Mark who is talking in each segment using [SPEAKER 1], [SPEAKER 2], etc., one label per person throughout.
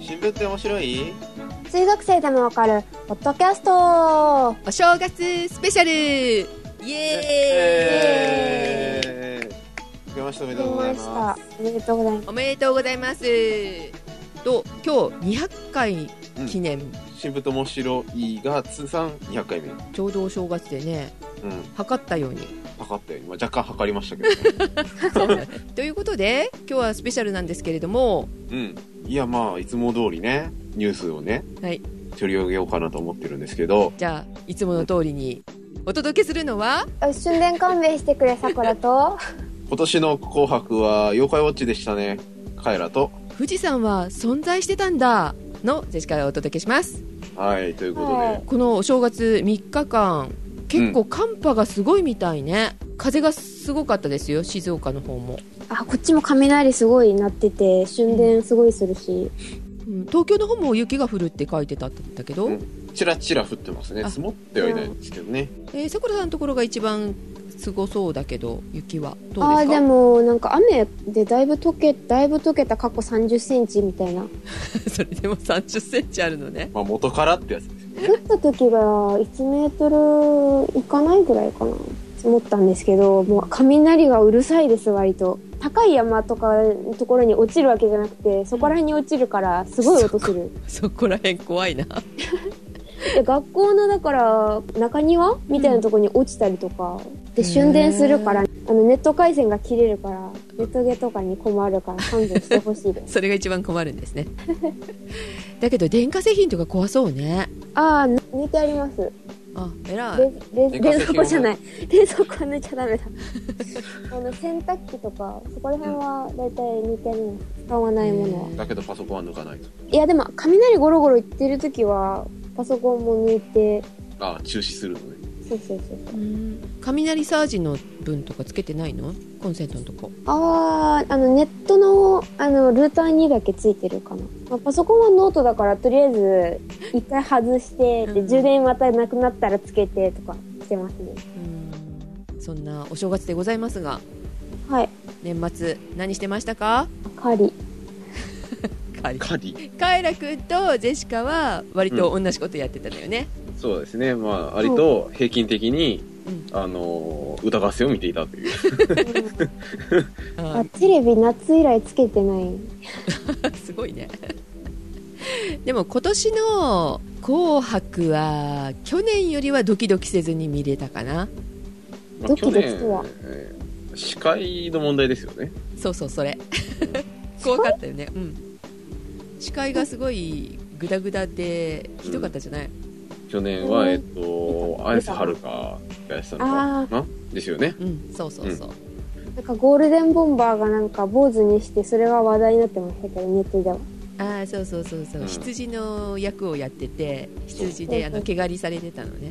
[SPEAKER 1] 新聞って面白い
[SPEAKER 2] 水学生でもわかるポッドキャスト
[SPEAKER 3] お正月スペシャルイエーイ
[SPEAKER 1] えー明けましておめでとう
[SPEAKER 2] 聞
[SPEAKER 1] ござい
[SPEAKER 2] まし
[SPEAKER 1] ま
[SPEAKER 2] たおめでとうございます
[SPEAKER 3] おめでとうございますと今日200回記念、
[SPEAKER 1] す新聞と面白いが通算200回目う
[SPEAKER 3] ちょうどお正月でね
[SPEAKER 1] ん
[SPEAKER 3] 測ったように
[SPEAKER 1] 測ったよ今若干測りましたけどね
[SPEAKER 3] ということで今日はスペシャルなんですけれども
[SPEAKER 1] うんいやまあいつも通りねニュースをね
[SPEAKER 3] はい
[SPEAKER 1] 取り上げようかなと思ってるんですけど
[SPEAKER 3] じゃあいつもの通りにお届けするのは
[SPEAKER 2] あ一瞬で勘弁してくれさくらと
[SPEAKER 1] 今年の「紅白」は妖怪ウォッチでしたねカエラと
[SPEAKER 3] 富士山は存在してたんだのジェシカがお届けします
[SPEAKER 1] はいということで、
[SPEAKER 2] はい
[SPEAKER 3] このお正月3日間結構寒波がすごいみたいね、風がすごかったですよ静岡の方も、
[SPEAKER 2] あこっちも雷すごいなってて瞬電すごいするし、
[SPEAKER 3] うん、東京の方も雪が降るって書いてたんだけど、
[SPEAKER 1] うんチラチラ降ってますね
[SPEAKER 3] あ
[SPEAKER 1] 積もってはいないんですけどね
[SPEAKER 3] えーさくらさんのところが一番すごそうだけど雪はどう
[SPEAKER 2] あ
[SPEAKER 3] です
[SPEAKER 2] ー
[SPEAKER 3] か
[SPEAKER 2] でもなんか雨でだいぶ溶けだいぶ溶けた過去3 0ンチみたいな
[SPEAKER 3] それでも3 0ンチあるのね
[SPEAKER 1] まあ元からってやつですよね
[SPEAKER 2] 降った時が1メートルいかないぐらいかな積もったんですけどもう雷がうるさいです割と高い山とかのところに落ちるわけじゃなくてそこら辺に落ちるからすごい音する
[SPEAKER 3] そこら辺怖いな
[SPEAKER 2] で学校のだから中庭みたいなところに落ちたりとか、で瞬電するからあのネット回線が切れるからネットゲとかに困るから勘弁してほしい です
[SPEAKER 3] それが一番困るん ですねだけど電化製品とか怖そうね
[SPEAKER 2] ああ抜いてあります
[SPEAKER 3] あ偉い
[SPEAKER 2] 冷冷
[SPEAKER 1] 電化製
[SPEAKER 2] 冷
[SPEAKER 1] 品
[SPEAKER 2] 蔵庫じゃない冷蔵庫は抜いちゃダメだ あの洗濯機とかそこら辺は大体抜いてあります使わないものは
[SPEAKER 1] だけどパソコンは抜かないと
[SPEAKER 2] いやでも雷ゴロゴロ言ってる時はパソコンも抜いて
[SPEAKER 1] ああ中止するのね
[SPEAKER 2] そうそうそうそう
[SPEAKER 3] うん雷サージの分とかつけてないのコンセントのとこ
[SPEAKER 2] あーあのネットのあのルーターにだけついてるかな、まあ、パソコンはノートだからとりあえず一回外して、
[SPEAKER 3] うん
[SPEAKER 2] で充電またなくなったらつけてとかしてますね
[SPEAKER 3] うんそんなお正月でございますが
[SPEAKER 2] はい
[SPEAKER 3] 年末何してましたか
[SPEAKER 2] カーリー
[SPEAKER 3] カイ
[SPEAKER 1] カリ
[SPEAKER 3] カイラ君とジェシカは割と同じことやってたのよね、
[SPEAKER 1] そうですねまあ割と平均的に、
[SPEAKER 3] うん
[SPEAKER 1] あのー歌合戦を見ていたという
[SPEAKER 3] あ
[SPEAKER 2] あテレビ夏以来つけてない
[SPEAKER 3] ー すごいねでも今年の「紅白」は去年よりはドキドキせずに見れたかな
[SPEAKER 1] ま
[SPEAKER 2] ドキドキと
[SPEAKER 1] 去
[SPEAKER 2] は
[SPEAKER 1] 年えー司会の問題ですよね
[SPEAKER 3] そうそう それ怖かったよねうん視界がすごいグダグダでひどかったじゃない、
[SPEAKER 1] 去年は、
[SPEAKER 2] うん
[SPEAKER 1] えっと綾瀬はるかがやってたの
[SPEAKER 2] あ
[SPEAKER 1] かなですよね
[SPEAKER 3] うん、そうそうそう、
[SPEAKER 2] なんかゴールデンボンバーがなんか坊主にしてそれが話題になってましたけどネットでは
[SPEAKER 3] ああそうそうそうそう、
[SPEAKER 1] うん
[SPEAKER 3] 羊の役をやってて羊
[SPEAKER 2] そう
[SPEAKER 3] で
[SPEAKER 2] そ
[SPEAKER 3] あ
[SPEAKER 2] う
[SPEAKER 3] の毛刈りされてたのね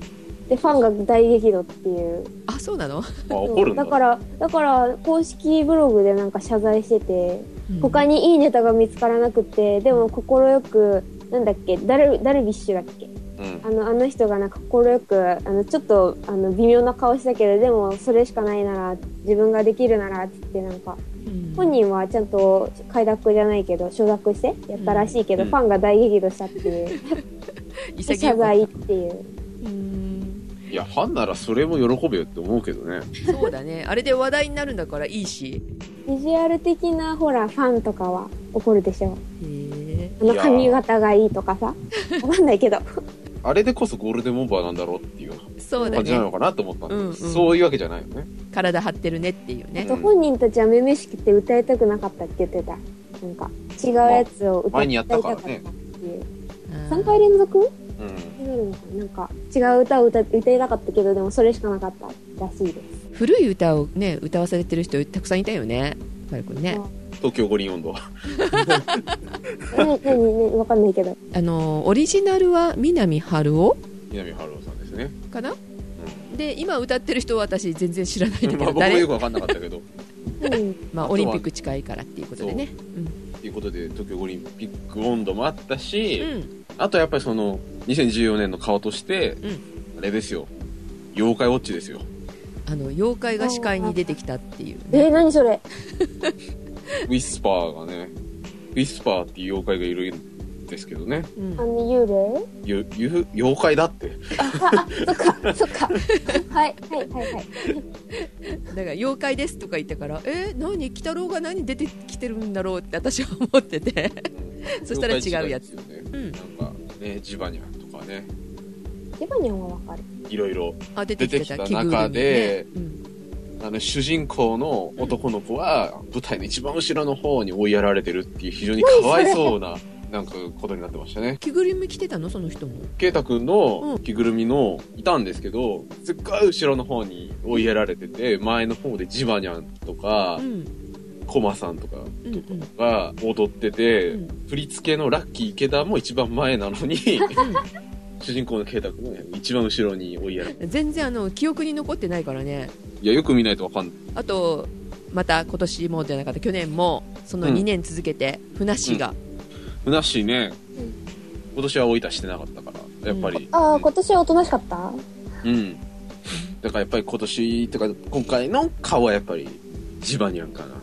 [SPEAKER 2] でファンが大激怒っていう
[SPEAKER 3] あそうなの、
[SPEAKER 1] あ怒るんだ
[SPEAKER 2] だからだから公式ブログでなんか謝罪してて他
[SPEAKER 3] に
[SPEAKER 2] にいいネタが見つからなくてでも快くなんだっけダルダルビッシュだっけ
[SPEAKER 1] うん
[SPEAKER 2] あのあの人がなんか快くあのちょっとあの微妙な顔したけどでもそれしかないなら自分ができるならって言ってなんか本人はちゃんと快諾じゃないけど承諾してやったらしいけど、
[SPEAKER 1] うん
[SPEAKER 2] ファンが大激怒したっていう、
[SPEAKER 3] 潔
[SPEAKER 2] 謝
[SPEAKER 3] く
[SPEAKER 2] 罪っていう
[SPEAKER 3] うん
[SPEAKER 1] いやファンならそれも喜べよって思うけどね
[SPEAKER 3] そうだねあれで話題になるんだからいいし
[SPEAKER 2] ビジュアル的なほらファンとかは怒るでしょ
[SPEAKER 3] へえ
[SPEAKER 2] あの髪型がいいとかさわかんないけど
[SPEAKER 1] あれでこそゴールデンボンバーなんだろうっていう
[SPEAKER 3] そうだ
[SPEAKER 1] 感じなの
[SPEAKER 3] ね
[SPEAKER 1] かなと思ったんだけど、
[SPEAKER 3] うんうん
[SPEAKER 1] そういうわけじゃないよね
[SPEAKER 3] 体張ってるねっていう
[SPEAKER 2] あ
[SPEAKER 3] ね
[SPEAKER 2] と本人たちは「めめしき」って歌いたくなかったって言ってたなんか違うやつを歌
[SPEAKER 1] 前
[SPEAKER 2] い
[SPEAKER 1] にや
[SPEAKER 2] た
[SPEAKER 1] っ
[SPEAKER 2] か
[SPEAKER 1] たか
[SPEAKER 2] っ
[SPEAKER 1] ら
[SPEAKER 2] た
[SPEAKER 1] ね
[SPEAKER 2] っていう
[SPEAKER 3] あ
[SPEAKER 2] 3
[SPEAKER 3] ー
[SPEAKER 2] 回連続
[SPEAKER 1] うん
[SPEAKER 2] になるのかななんか違う歌を歌歌いたかったけどでもそれしかなかったらしいです
[SPEAKER 3] 古い歌をね歌わされてる人たくさんいたよねカル君ね
[SPEAKER 1] 東京五輪温度
[SPEAKER 2] な何何わかんないけど
[SPEAKER 3] あのオリジナルは南春夫
[SPEAKER 1] 南春夫さんですね、
[SPEAKER 3] かな で今歌ってる人は私全然知らないんだ
[SPEAKER 1] うん、
[SPEAKER 3] け
[SPEAKER 1] まあ
[SPEAKER 3] ど
[SPEAKER 1] 僕もよ
[SPEAKER 3] 誰
[SPEAKER 1] く分かんなかったけど
[SPEAKER 2] うん
[SPEAKER 3] まあオリンピック近いからっていうことでね
[SPEAKER 1] ということで東京オリンピック温度もあった
[SPEAKER 3] う
[SPEAKER 1] し、
[SPEAKER 3] ん
[SPEAKER 1] あとやっぱりその2014年の顔として、
[SPEAKER 3] ん
[SPEAKER 1] あれですよ妖怪ウォッチですよ
[SPEAKER 3] あの妖怪が視界に出てきたっていうね
[SPEAKER 2] えー、何それ
[SPEAKER 1] ウィスパーがねウィスパーっていう妖怪がいるんですけどね。
[SPEAKER 3] うん
[SPEAKER 2] あの幽霊
[SPEAKER 1] ゆ、ゆ、妖怪だって。
[SPEAKER 2] そっかそっかはいはいはいはい
[SPEAKER 3] だから妖怪ですとか言ったからえー何鬼太郎が何出てきてるんだろうって私は思ってて そしたら違うや
[SPEAKER 1] 妖怪時代で
[SPEAKER 3] つ
[SPEAKER 1] すよ
[SPEAKER 3] う
[SPEAKER 1] ね。
[SPEAKER 3] ん
[SPEAKER 1] なんか、ね、ジバニャンとかね、
[SPEAKER 2] ジバニャンはわかる
[SPEAKER 1] いろいろ、
[SPEAKER 3] あ出てきてた
[SPEAKER 1] 出てき
[SPEAKER 3] 着
[SPEAKER 1] た
[SPEAKER 3] ぐるみ
[SPEAKER 1] 中で
[SPEAKER 3] ねうん
[SPEAKER 1] あの、主人公の男の子は、舞台の一番後ろの方に追いやられてるっていう、非常にかわいそう な、なんか、ことになってましたね。
[SPEAKER 3] 着ぐるみ着てたのその人も
[SPEAKER 1] ケイタくん
[SPEAKER 3] う
[SPEAKER 1] の
[SPEAKER 3] ん
[SPEAKER 1] 着ぐるみの、いたんですけど、すっごい後ろの方に追いやられてて、前の方でジバニャンとか
[SPEAKER 3] う、ん
[SPEAKER 1] コマさんとか
[SPEAKER 3] うんうん
[SPEAKER 1] が踊ってて、
[SPEAKER 3] うん
[SPEAKER 1] 振り付けのラッキー池田も一番前なのに、主人公のケイタくんが一番後ろに追いやられて。
[SPEAKER 3] うん全然あの記憶に残ってないからね
[SPEAKER 1] いや、よく見ないとわかんない。
[SPEAKER 3] あとまた今年もじゃなかった去年もその
[SPEAKER 1] うん
[SPEAKER 3] 2年続けてふなっしーが、
[SPEAKER 1] ふなっしーね
[SPEAKER 2] うん、
[SPEAKER 1] 今年は追い出してなかったから、やっぱり。
[SPEAKER 2] ああ今年はおとなしかった
[SPEAKER 1] うん。だからやっぱり今年とか、今回の顔はやっぱり、ジバニャンかな。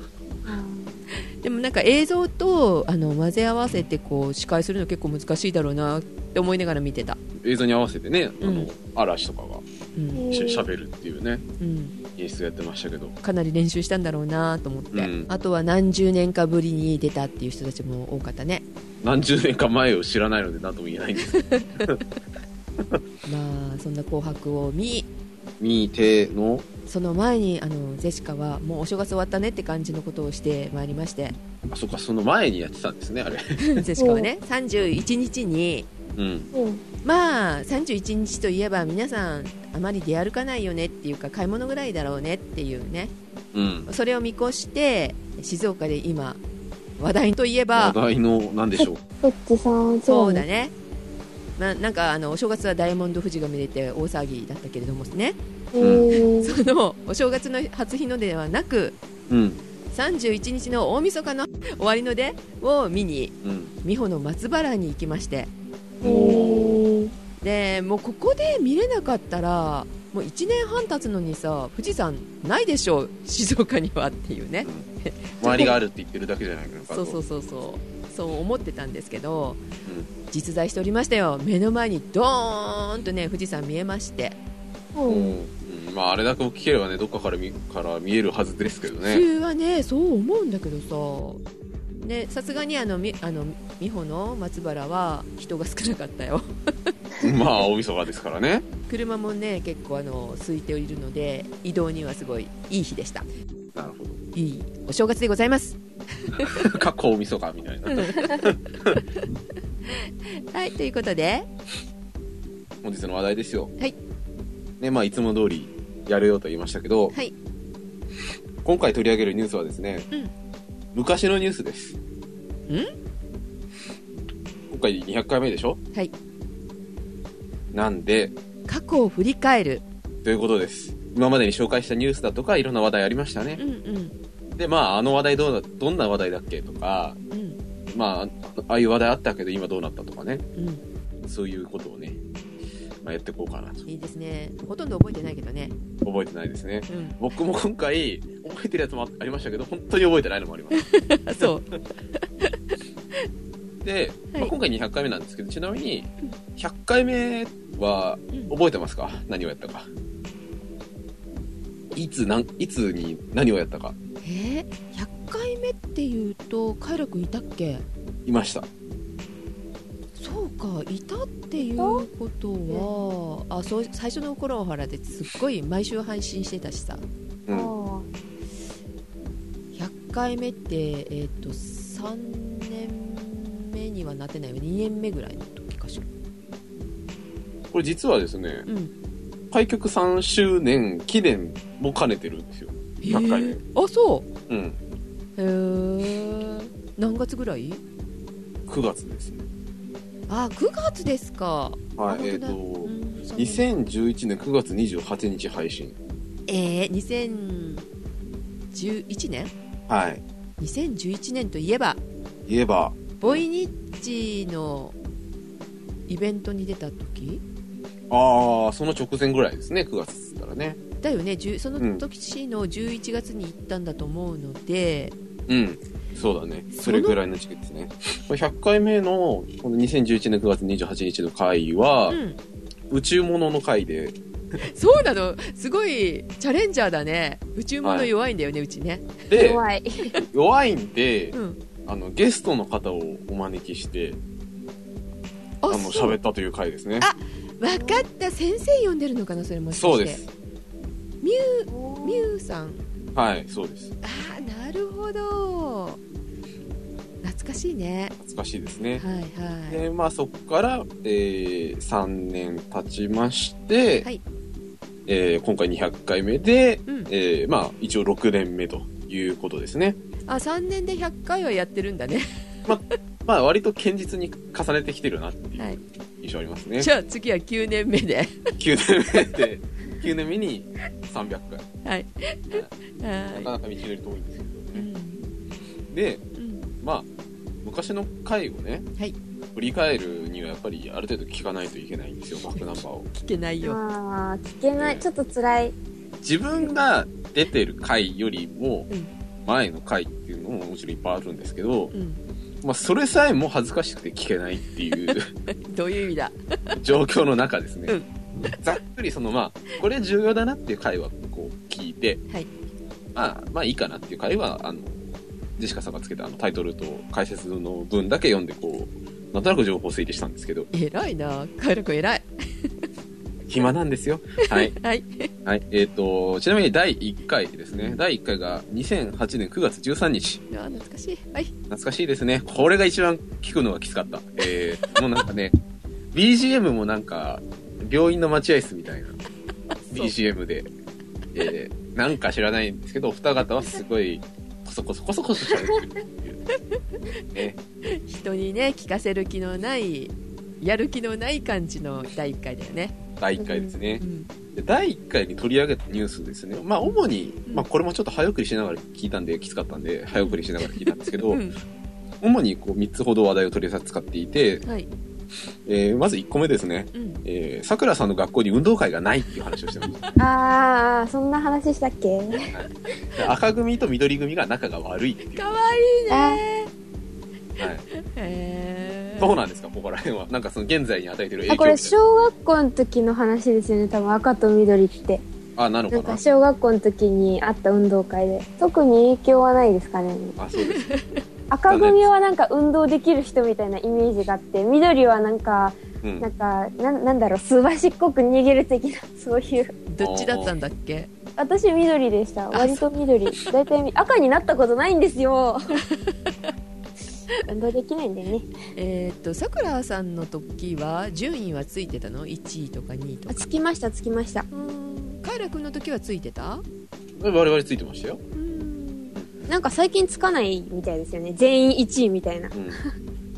[SPEAKER 3] でもなんか映像とあの混ぜ合わせてこう司会するの結構難しいだろうなって思いながら見てた、
[SPEAKER 1] 映像に合わせてね、あ
[SPEAKER 3] う
[SPEAKER 1] の
[SPEAKER 3] ん、
[SPEAKER 1] 嵐とかが
[SPEAKER 3] うん
[SPEAKER 1] 一緒に喋るっていうね、
[SPEAKER 3] うん、
[SPEAKER 1] 演出やってましたけど。
[SPEAKER 3] かなり練習したんだろうなと思って、
[SPEAKER 1] うん
[SPEAKER 3] あとは何十年かぶりに出たっていう人たちも多かったね
[SPEAKER 1] 何十年か前を知らないので何とも言えないん ですけど。
[SPEAKER 3] まあそんな「紅白」を見
[SPEAKER 1] 見ての、
[SPEAKER 3] その前にあのジェシカはもうお正月終わったねって感じのことをしてまいりまして
[SPEAKER 1] あ、そっか、その前にやってたんです ね、あれ。
[SPEAKER 3] ジェシカはね31日に
[SPEAKER 1] うん。
[SPEAKER 2] うん
[SPEAKER 3] まあ31日といえば皆さんあまり出歩かないよねっていうか買い物ぐらいだろうねっていうね
[SPEAKER 1] うん。
[SPEAKER 3] それを見越して静岡で今話題といえ
[SPEAKER 1] 話
[SPEAKER 3] ば
[SPEAKER 1] 題の、なんでしょう。
[SPEAKER 2] どっちさん
[SPEAKER 3] そうだね、まあ、なんかあのお正月はダイヤモンド富士が見れて大騒ぎだったけれどもね
[SPEAKER 2] そうね
[SPEAKER 3] そのお正月の初日の出ではなく
[SPEAKER 1] うん。
[SPEAKER 3] 31日の大晦日の終わりの出を見に
[SPEAKER 1] うん。
[SPEAKER 3] 美穂の松原に行きまして
[SPEAKER 2] へー
[SPEAKER 3] でもうここで見れなかったらもう1年半経つのにさ富士山ないでしょう静岡にはっていうね
[SPEAKER 1] 周りがあるって言ってるだけじゃないかな。
[SPEAKER 3] そうそうそうそうそう思ってたんですけど、
[SPEAKER 1] う
[SPEAKER 3] 実在しておりましたよ目の前にドーンとね富士山見えまして、
[SPEAKER 2] う
[SPEAKER 1] うん
[SPEAKER 2] ん
[SPEAKER 1] うんまああれだけ大きければねどっかから見から見えるはずですけど
[SPEAKER 3] 普通
[SPEAKER 1] ね
[SPEAKER 3] はねそう思うんだけどさねさすがにあのみあの美穂の松原は人が少なかったよ
[SPEAKER 1] まあ大晦日ですからね
[SPEAKER 3] 車もね結構あの空いているので移動にはすごいいい日でした
[SPEAKER 1] なるほ
[SPEAKER 3] いいお正月でございます
[SPEAKER 1] ど過去大晦日みたいな
[SPEAKER 3] はいということで
[SPEAKER 1] 本日の話題ですよ
[SPEAKER 3] はい
[SPEAKER 1] ねまあいつも通りやるよと言いましたけど、
[SPEAKER 3] はい
[SPEAKER 1] 今回取り上げるニュースはですね、
[SPEAKER 3] うん
[SPEAKER 1] 昔のニュースです今回200回目でしょ
[SPEAKER 3] はい
[SPEAKER 1] なんで
[SPEAKER 3] 過去を振り返る
[SPEAKER 1] ということです今までに紹介したニュースだとかいろんな話題ありましたね
[SPEAKER 3] うんうん
[SPEAKER 1] でまああの話題どうだどんな話題だっけとか
[SPEAKER 3] うん
[SPEAKER 1] まあ、ああいう話題あったけど今どうなったとかね、
[SPEAKER 3] うん
[SPEAKER 1] そういうことをね、まあ、やっていこうかなと。
[SPEAKER 3] いいですねほとんど覚えてないけどね
[SPEAKER 1] 覚えてないですね。
[SPEAKER 3] うん
[SPEAKER 1] 僕も今回、覚えてるやつもありましたけど、本当に覚えてないのもあります。
[SPEAKER 3] あ そう
[SPEAKER 1] で、ま
[SPEAKER 3] は
[SPEAKER 1] あ、
[SPEAKER 3] い
[SPEAKER 1] 今回200回目なんですけど、ちなみに、100回目は
[SPEAKER 3] うん
[SPEAKER 1] 覚えてますか何をやったか。いつ、なん、いつに何をやったか。
[SPEAKER 3] えー、100回目っていうと快楽いたっけ
[SPEAKER 1] いました。
[SPEAKER 3] そうかいたっていうことはあそう最初の頃はほらですっごい毎週配信してたしさ
[SPEAKER 1] う
[SPEAKER 2] あ
[SPEAKER 1] ん。
[SPEAKER 2] ー
[SPEAKER 3] 100回目ってえっ、と3年目にはなってないよ2年目ぐらいの時かしら
[SPEAKER 1] これ実はですね、
[SPEAKER 3] うん
[SPEAKER 1] 開局3周年記念も兼ねてるんですよ。100回目
[SPEAKER 3] へーあそう
[SPEAKER 1] うん。
[SPEAKER 3] へえ何月ぐらい
[SPEAKER 1] 9月ですね。
[SPEAKER 3] あ9月ですか
[SPEAKER 1] はい、えっ、
[SPEAKER 3] 本
[SPEAKER 1] と
[SPEAKER 3] 当だ、うんそう
[SPEAKER 1] 2011年9月28日配信。
[SPEAKER 3] えー、2011年
[SPEAKER 1] はい。
[SPEAKER 3] 2011年といえば
[SPEAKER 1] 言えば、
[SPEAKER 3] ボイニッチのイベントに出た時
[SPEAKER 1] ああ、その直前ぐらいですね、9月っつったらね。
[SPEAKER 3] だよね10そ
[SPEAKER 1] うん
[SPEAKER 3] の時の11月に行ったんだと思うので、
[SPEAKER 1] うん。そうだね。それぐらいの時期ですね。これ100回目の、この2011年9月28日の回は、
[SPEAKER 3] うん、
[SPEAKER 1] 宇宙ものの回で、
[SPEAKER 3] そうなのすごいチャレンジャーだね宇宙物弱いんだよね、うちね、
[SPEAKER 1] で、
[SPEAKER 2] 怖い。
[SPEAKER 1] 弱いんで
[SPEAKER 3] う、ん、
[SPEAKER 1] あの、ゲストの方をお招きして、
[SPEAKER 3] あ
[SPEAKER 1] あの、
[SPEAKER 3] そう
[SPEAKER 1] 喋ったという回ですね。
[SPEAKER 3] 分かった先生呼んでるのかなそれもしかして
[SPEAKER 1] そうです。
[SPEAKER 3] ミュミュウさん
[SPEAKER 1] はい、そうです。
[SPEAKER 3] ああなるほど懐かしいね
[SPEAKER 1] 懐かしいですね。
[SPEAKER 3] はいは
[SPEAKER 1] で、まあそこから、えー、3年経ちまして、
[SPEAKER 3] はい
[SPEAKER 1] えー今回200回目で、
[SPEAKER 3] い、うん、
[SPEAKER 1] えー、まあ一応6年目ということですね。
[SPEAKER 3] あ3年で100回はやってるんだね
[SPEAKER 1] まあ割と堅実に重ねてきてるなってい
[SPEAKER 3] は
[SPEAKER 1] う
[SPEAKER 3] い
[SPEAKER 1] 印象ありますね。
[SPEAKER 3] じゃあ次は9年目で
[SPEAKER 1] 9年目で、9年目に300回。
[SPEAKER 3] はい
[SPEAKER 1] な
[SPEAKER 3] は
[SPEAKER 1] かなか道のり遠いんですけ
[SPEAKER 3] い、う
[SPEAKER 1] どね。
[SPEAKER 3] ん
[SPEAKER 1] で、
[SPEAKER 3] うん、
[SPEAKER 1] まあ昔の回をね、
[SPEAKER 3] はい
[SPEAKER 1] 振り返るにはやっぱりある程度聞かないといけないんですよ、バックナンバーを。
[SPEAKER 3] 聞けないよ
[SPEAKER 2] ああ、聞けない。ちょっと辛い。
[SPEAKER 1] 自分が出てる回よりも
[SPEAKER 3] うん
[SPEAKER 1] 前の回っていうのももちろんいっぱいあるんですけど、
[SPEAKER 3] うん、
[SPEAKER 1] まあ、それさえも恥ずかしくて聞けないっていう
[SPEAKER 3] どういう意味だ
[SPEAKER 1] 状況の中です
[SPEAKER 3] う
[SPEAKER 1] ね
[SPEAKER 3] ん
[SPEAKER 1] ざっくりそのまあこれ重要だなっていう回はこう聞いて、
[SPEAKER 3] はい
[SPEAKER 1] まあ、まあいいかなっていう回はあのジェシカさんがつけたあのタイトルと解説の文だけ読んでこうなんとなく情報整理したんですけ ど
[SPEAKER 3] 偉いなカエル君偉い
[SPEAKER 1] 暇なんですよ はい
[SPEAKER 3] はい
[SPEAKER 1] はい。えっ、と、ちなみに第1回ですね。第1回が2008年9月13日。
[SPEAKER 3] あー懐かしいはい
[SPEAKER 1] 懐かしいですね。これが一番聞くのがきつかった。えー、もうなんかね、BGM もなんか、病院の待合室みたいな BGM で、えー、なんか知らないんですけど、お二方はすごい、コソコソコソコソ喋ってるっていう。ね、
[SPEAKER 3] 人にね聞かせる気のないやる気のない感じの第1回だよね、
[SPEAKER 1] 第1回ですね
[SPEAKER 3] う。ん、
[SPEAKER 1] で第1回に取り上げたニュースですね。まあ、主に、
[SPEAKER 3] うん
[SPEAKER 1] まあ、これもちょっと早送りしながら聞いたんで、きつかったんで、早送りしながら聞いたんですけど、
[SPEAKER 3] うん
[SPEAKER 1] 主にこう3つほど話題を取り扱っていて、
[SPEAKER 3] はい
[SPEAKER 1] えーまず1個目ですね、
[SPEAKER 3] うん
[SPEAKER 1] えー、さくらさんの学校に運動会がないっていう話をして まし
[SPEAKER 2] ああ、そんな話したっけ
[SPEAKER 1] たで赤組と緑組が仲が悪いっていう、
[SPEAKER 3] か
[SPEAKER 1] は
[SPEAKER 3] わいいね
[SPEAKER 1] い、
[SPEAKER 3] へー
[SPEAKER 1] どうなんですかここら辺はなんかその現在に与えてる
[SPEAKER 2] あ、
[SPEAKER 1] 影
[SPEAKER 2] こ
[SPEAKER 1] 響
[SPEAKER 2] れ
[SPEAKER 1] みたい
[SPEAKER 2] 小学校の時の話ですよね。多分赤と緑って。
[SPEAKER 1] なあなの
[SPEAKER 2] な
[SPEAKER 1] かな
[SPEAKER 2] んか小学校の時にあった運動会で。特に影響はないですかね。
[SPEAKER 1] あそうです
[SPEAKER 2] 赤組はなんか運動できる人みたいなイメージがあって、緑はなんか、
[SPEAKER 1] うん
[SPEAKER 2] なんか、なんなんだろう、すばしっこく逃げる的な、そういう。
[SPEAKER 3] どっちだったんだっけ
[SPEAKER 2] 私緑でした。割と緑。大体 み赤になったことないんです よ。運動できないんでね。
[SPEAKER 3] えーっとさくらさんの時は順位はついてたの1位とか2位と
[SPEAKER 2] あ
[SPEAKER 3] か
[SPEAKER 2] つきました、つきました。
[SPEAKER 3] うーんカエラ君の時はついてたう
[SPEAKER 1] 我々ついてましたよ、
[SPEAKER 3] ーん
[SPEAKER 2] なんか最近つかないみたいですよね。全員1位みたいな。
[SPEAKER 1] うん、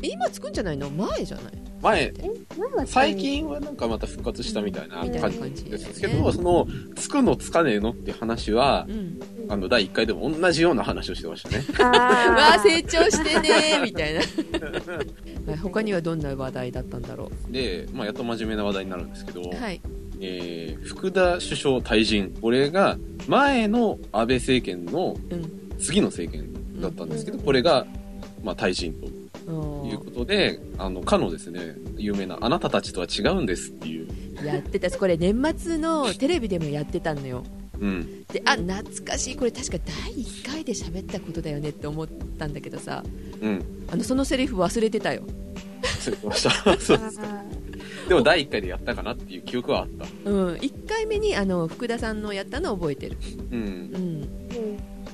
[SPEAKER 3] え今つくんじゃないの前じゃない
[SPEAKER 1] 前
[SPEAKER 2] 前は
[SPEAKER 1] 最近はなんかまた復活したみたいな
[SPEAKER 3] みたいな
[SPEAKER 1] 感
[SPEAKER 3] 感
[SPEAKER 1] じ
[SPEAKER 3] じで
[SPEAKER 1] です
[SPEAKER 3] ね
[SPEAKER 1] すけど、そのつくのつかねえのって話は
[SPEAKER 3] うん
[SPEAKER 1] あの第1回でも同じような話をしてました ね
[SPEAKER 3] うわ
[SPEAKER 2] あ
[SPEAKER 3] ー成長してねーみたいなはい他にはどんな 話題だったんだろ
[SPEAKER 1] で、まあ、やっと真面目な話題になるんですけど、
[SPEAKER 3] うはい
[SPEAKER 1] えー福田首相退陣、これが前の安倍政権の
[SPEAKER 3] うん
[SPEAKER 1] 次の政権だったんですけど、
[SPEAKER 2] うん
[SPEAKER 1] これが、まあ、退陣と
[SPEAKER 3] あ
[SPEAKER 1] いう
[SPEAKER 3] ー
[SPEAKER 1] ことで、あの、かのですね、有名なあなたたちとは違うんですっていう、
[SPEAKER 3] やってたこれ年末のテレビでもやってたのよ
[SPEAKER 1] うん、
[SPEAKER 3] であ懐かしいこれ確か第1回で喋ったことだよねって思ったんだけどさ
[SPEAKER 1] うん、
[SPEAKER 3] あのそのセリフ忘れてたよ
[SPEAKER 1] 忘れてま した。そうですか。でも第1回でやったかなっていう記憶はあった。
[SPEAKER 3] うん、1回目にあの福田さんのやったのを覚えてる
[SPEAKER 1] うん。
[SPEAKER 3] うん
[SPEAKER 2] うん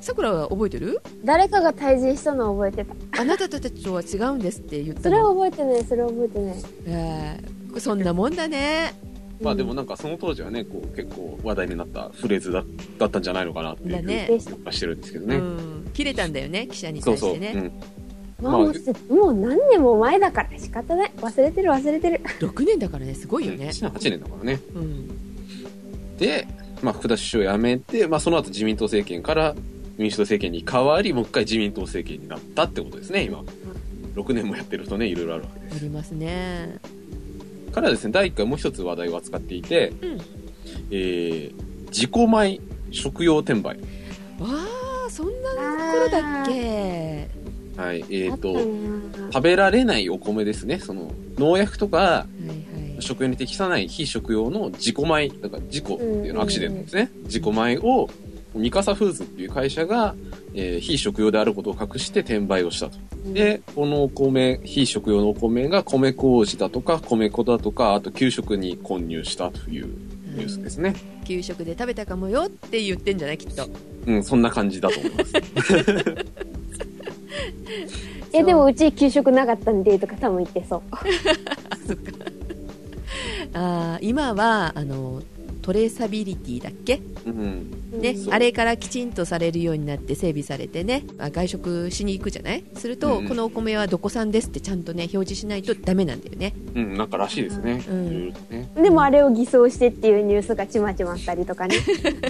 [SPEAKER 3] さくらは覚えてる
[SPEAKER 2] 誰かが退陣したのを覚えてた。
[SPEAKER 3] あなたたちとは違うんですって言っ
[SPEAKER 2] そ
[SPEAKER 3] た
[SPEAKER 2] れは
[SPEAKER 3] の
[SPEAKER 2] 覚えてない、それは覚えてない。
[SPEAKER 3] えーそんなもんだね
[SPEAKER 1] まあでもなんかその当時はね、こう結構話題になったフレーズだだったんじゃないのかなっていう
[SPEAKER 3] だね
[SPEAKER 2] でした。
[SPEAKER 1] 気がしてるんですけど
[SPEAKER 3] う
[SPEAKER 1] ね。
[SPEAKER 3] ん切れたんだよね記者に
[SPEAKER 1] そう
[SPEAKER 3] 対し
[SPEAKER 1] そう。
[SPEAKER 3] てね
[SPEAKER 1] うん。
[SPEAKER 2] まあ、もうすもう何年も前だから仕方ない。忘れてる、忘れてる。
[SPEAKER 3] 6年だからねすごいよね、
[SPEAKER 1] 8年だからね。
[SPEAKER 3] うん、
[SPEAKER 1] で、まあ、福田首相を辞めて、まあ、その後自民党政権から民主党政権に変わり、もう一回自民党政権になったってことですね、今。6年もやってるとね、いろいろあるわけで
[SPEAKER 3] ありますね
[SPEAKER 1] す。からですね、第1回もう一つ話題を扱っていて、
[SPEAKER 3] うん
[SPEAKER 1] えー、自己米食用転売。
[SPEAKER 3] わあそんな頃だっけ
[SPEAKER 1] はい、えっ、
[SPEAKER 2] あった
[SPEAKER 1] と、
[SPEAKER 2] な
[SPEAKER 1] 食べられないお米ですね。その、農薬とか、
[SPEAKER 3] はいはい
[SPEAKER 1] 食用に適さない非食用の自己米、だから事故っていう
[SPEAKER 2] うん
[SPEAKER 1] のアクシデントですね。自己米を、ミカサフーズっていう会社が、えー非食用であることを隠して転売をしたと。で、このお米、非食用のお米が米麹だとか米粉だとか、あと給食に混入したというニュースですね。
[SPEAKER 3] うん給食で食べたかもよって言ってんじゃないきっと
[SPEAKER 1] うん、そんな感じだと思います。
[SPEAKER 2] えでもうち給食なかったんでとか多分言ってそう
[SPEAKER 3] あー今はあのトレーサビリティだっけ、
[SPEAKER 1] うん。
[SPEAKER 3] ね
[SPEAKER 1] そ、う
[SPEAKER 3] あれからきちんとされるようになって整備されてねあ外食しに行くじゃないすると、
[SPEAKER 1] うん
[SPEAKER 3] このお米はどこ産ですってちゃんとね表示しないとダメなんだよね
[SPEAKER 1] うん、なんからしいですね。
[SPEAKER 3] うん
[SPEAKER 1] いろいろとね。
[SPEAKER 2] でもあれを偽装してっていうニュースがちまちまあったりとかね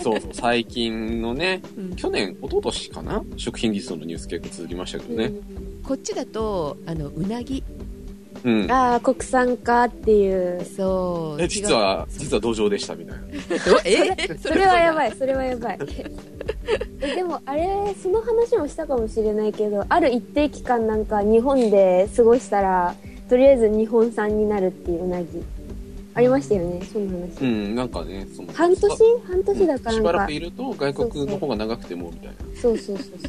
[SPEAKER 1] そうそう、最近のね、
[SPEAKER 3] うん
[SPEAKER 1] 去年、一昨年かな食品技術のニュース結構続きましたけどね。
[SPEAKER 3] こっちだとあのうなぎ
[SPEAKER 1] うん。
[SPEAKER 2] ああ国産かっていう
[SPEAKER 3] そう
[SPEAKER 1] え実は、実は同情でしたみたいな。
[SPEAKER 3] 違うど え
[SPEAKER 2] それはやば
[SPEAKER 3] い
[SPEAKER 2] いそれはやばいえでもあれその話もしたかもしれないけどある一定期間なんか日本で過ごしたらとりあえず日本産になるっていううなぎありましたよねその話、
[SPEAKER 1] うん、なんかね、その。
[SPEAKER 2] 半
[SPEAKER 1] しば
[SPEAKER 2] 年半年だか
[SPEAKER 1] し
[SPEAKER 2] ら
[SPEAKER 1] ば
[SPEAKER 2] な
[SPEAKER 1] ら
[SPEAKER 2] ん
[SPEAKER 1] く
[SPEAKER 2] か
[SPEAKER 1] いると外国の方が長くてもみたいな。
[SPEAKER 2] そうそうそうそう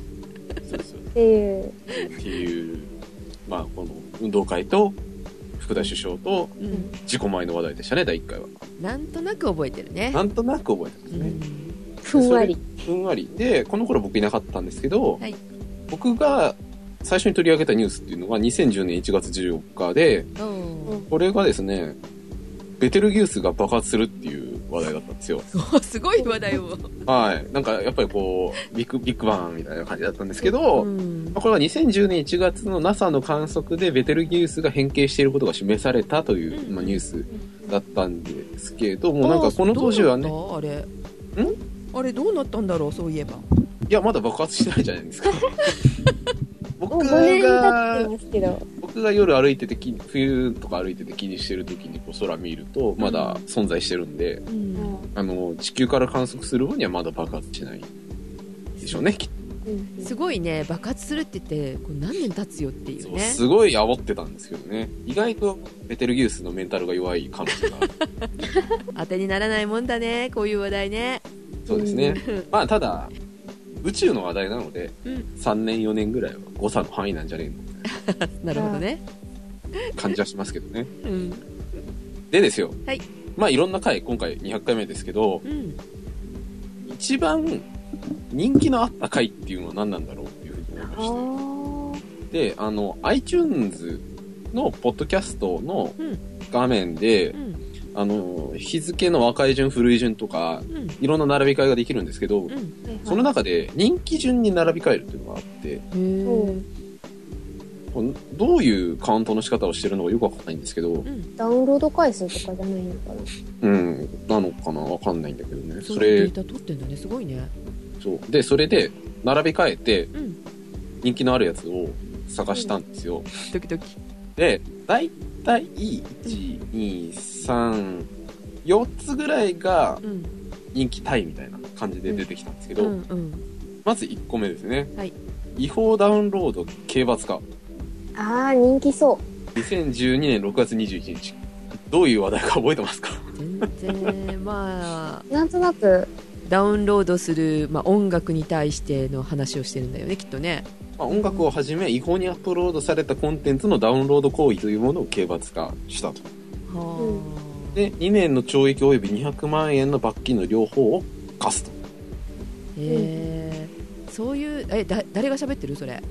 [SPEAKER 1] そうそう。
[SPEAKER 2] っていう
[SPEAKER 1] っていう、まあ、この運動会と、福田首相と、
[SPEAKER 3] うん、
[SPEAKER 1] 自己前の話題でしたね、第1回は。
[SPEAKER 3] なんとなく覚えてるね
[SPEAKER 1] なんとなく覚えてます
[SPEAKER 3] う
[SPEAKER 1] ね。
[SPEAKER 3] ん
[SPEAKER 2] ふんわり
[SPEAKER 1] ふんわり。で、この頃僕いなかったんですけど、
[SPEAKER 3] はい
[SPEAKER 1] 僕が最初に取り上げたニュースっていうのが2010年1月14日で、
[SPEAKER 3] おー
[SPEAKER 1] これがですね、ベテルギウスが爆発するっていう話題だったんですよ。
[SPEAKER 3] すごい話題を、
[SPEAKER 1] はい。なんかやっぱりこう、ビッグ、ビッグバンみたいな感じだったんですけど、
[SPEAKER 3] うん
[SPEAKER 1] これは2010年1月の NASA の観測でベテルギウスが変形していることが示されたという、
[SPEAKER 3] うん
[SPEAKER 1] まあ、ニュースだったんですけども、なんかこの当時はね、
[SPEAKER 3] どうなったあれあれどうなったんだろうそういえば
[SPEAKER 1] いや、まだ爆発してないじゃないですか。僕
[SPEAKER 2] もう5年経
[SPEAKER 1] が
[SPEAKER 2] って、ますけど
[SPEAKER 1] 僕が夜歩いててき、冬とか歩いてて気にしてる時にこう空見ると、まだ存在してるんで、
[SPEAKER 3] うん
[SPEAKER 1] あの、地球から観測する分にはまだ爆発しないでしょうね、きっ
[SPEAKER 2] うん
[SPEAKER 3] すごいね爆発するって言ってこう何年経つよってい
[SPEAKER 1] と。
[SPEAKER 3] うね
[SPEAKER 1] すごい煽ってたんですけどね。意外とベテルギウスのメンタルが弱い可能 性がある。
[SPEAKER 3] 当てにならないもんだねこういう話題ね
[SPEAKER 1] そうですね。まあ、ただ、宇宙の話題なので、
[SPEAKER 3] うん
[SPEAKER 1] 3年4年ぐらいは誤差の範囲なんじゃねえのみたい
[SPEAKER 3] なるほどね
[SPEAKER 1] な感じはしますけどね。
[SPEAKER 3] うん
[SPEAKER 1] でですよ。
[SPEAKER 3] はい
[SPEAKER 1] まあ、いろんな回、今回200回目ですけど、
[SPEAKER 3] うん
[SPEAKER 1] 一番人気のあった回っていうのは何なんだろうっていうふうに思いま
[SPEAKER 2] あ
[SPEAKER 1] して。
[SPEAKER 2] ー
[SPEAKER 1] で、あの、iTunes のポッドキャストの
[SPEAKER 3] うん
[SPEAKER 1] 画面で
[SPEAKER 3] う、ん
[SPEAKER 1] あの、日付の若い順、古い順とか、
[SPEAKER 3] うん
[SPEAKER 1] いろんな並び替えができるんですけど、
[SPEAKER 3] うん
[SPEAKER 2] はいはい
[SPEAKER 1] その中で人気順に並び替えるっていうのがあって、
[SPEAKER 3] へー
[SPEAKER 1] こうどういうカウントの仕方をしてるのかよくわかんないんですけど
[SPEAKER 3] う、ん
[SPEAKER 2] ダウンロード回数とかじゃないのかな
[SPEAKER 1] うん、なのかなわかんないんだけどね。そう
[SPEAKER 3] そいうデ
[SPEAKER 1] れ
[SPEAKER 3] ー、タ取ってんだねすごいね
[SPEAKER 1] そう。で、それで、並び替えて
[SPEAKER 3] うん
[SPEAKER 1] 人気のあるやつを探したんですよ。
[SPEAKER 3] ドキドキ
[SPEAKER 1] で、だいたい、1、2、3、4つぐらいが
[SPEAKER 3] うん
[SPEAKER 1] 人気タイみたいな感じで出てきたんですけ
[SPEAKER 3] う
[SPEAKER 1] ど、
[SPEAKER 3] んうん
[SPEAKER 1] まず1個目ですね。
[SPEAKER 3] はい
[SPEAKER 1] 違法ダウンロード刑罰化。
[SPEAKER 2] あー人気そう
[SPEAKER 1] 2012年6月21日。どういう話題か覚えてますか
[SPEAKER 3] 全然まあ
[SPEAKER 2] なんとなく
[SPEAKER 3] ダウンロードする、まあ、音楽に対しての話をしてるんだよねきっとね
[SPEAKER 1] まあ音楽をはじめ違法にアップロードされたコンテンツのダウンロード行為というものを刑罰化したと。
[SPEAKER 3] はあ、
[SPEAKER 1] で、2年の懲役及び200万円の罰金の両方を課すと。
[SPEAKER 3] へーそういうえだ誰が喋ってるそれ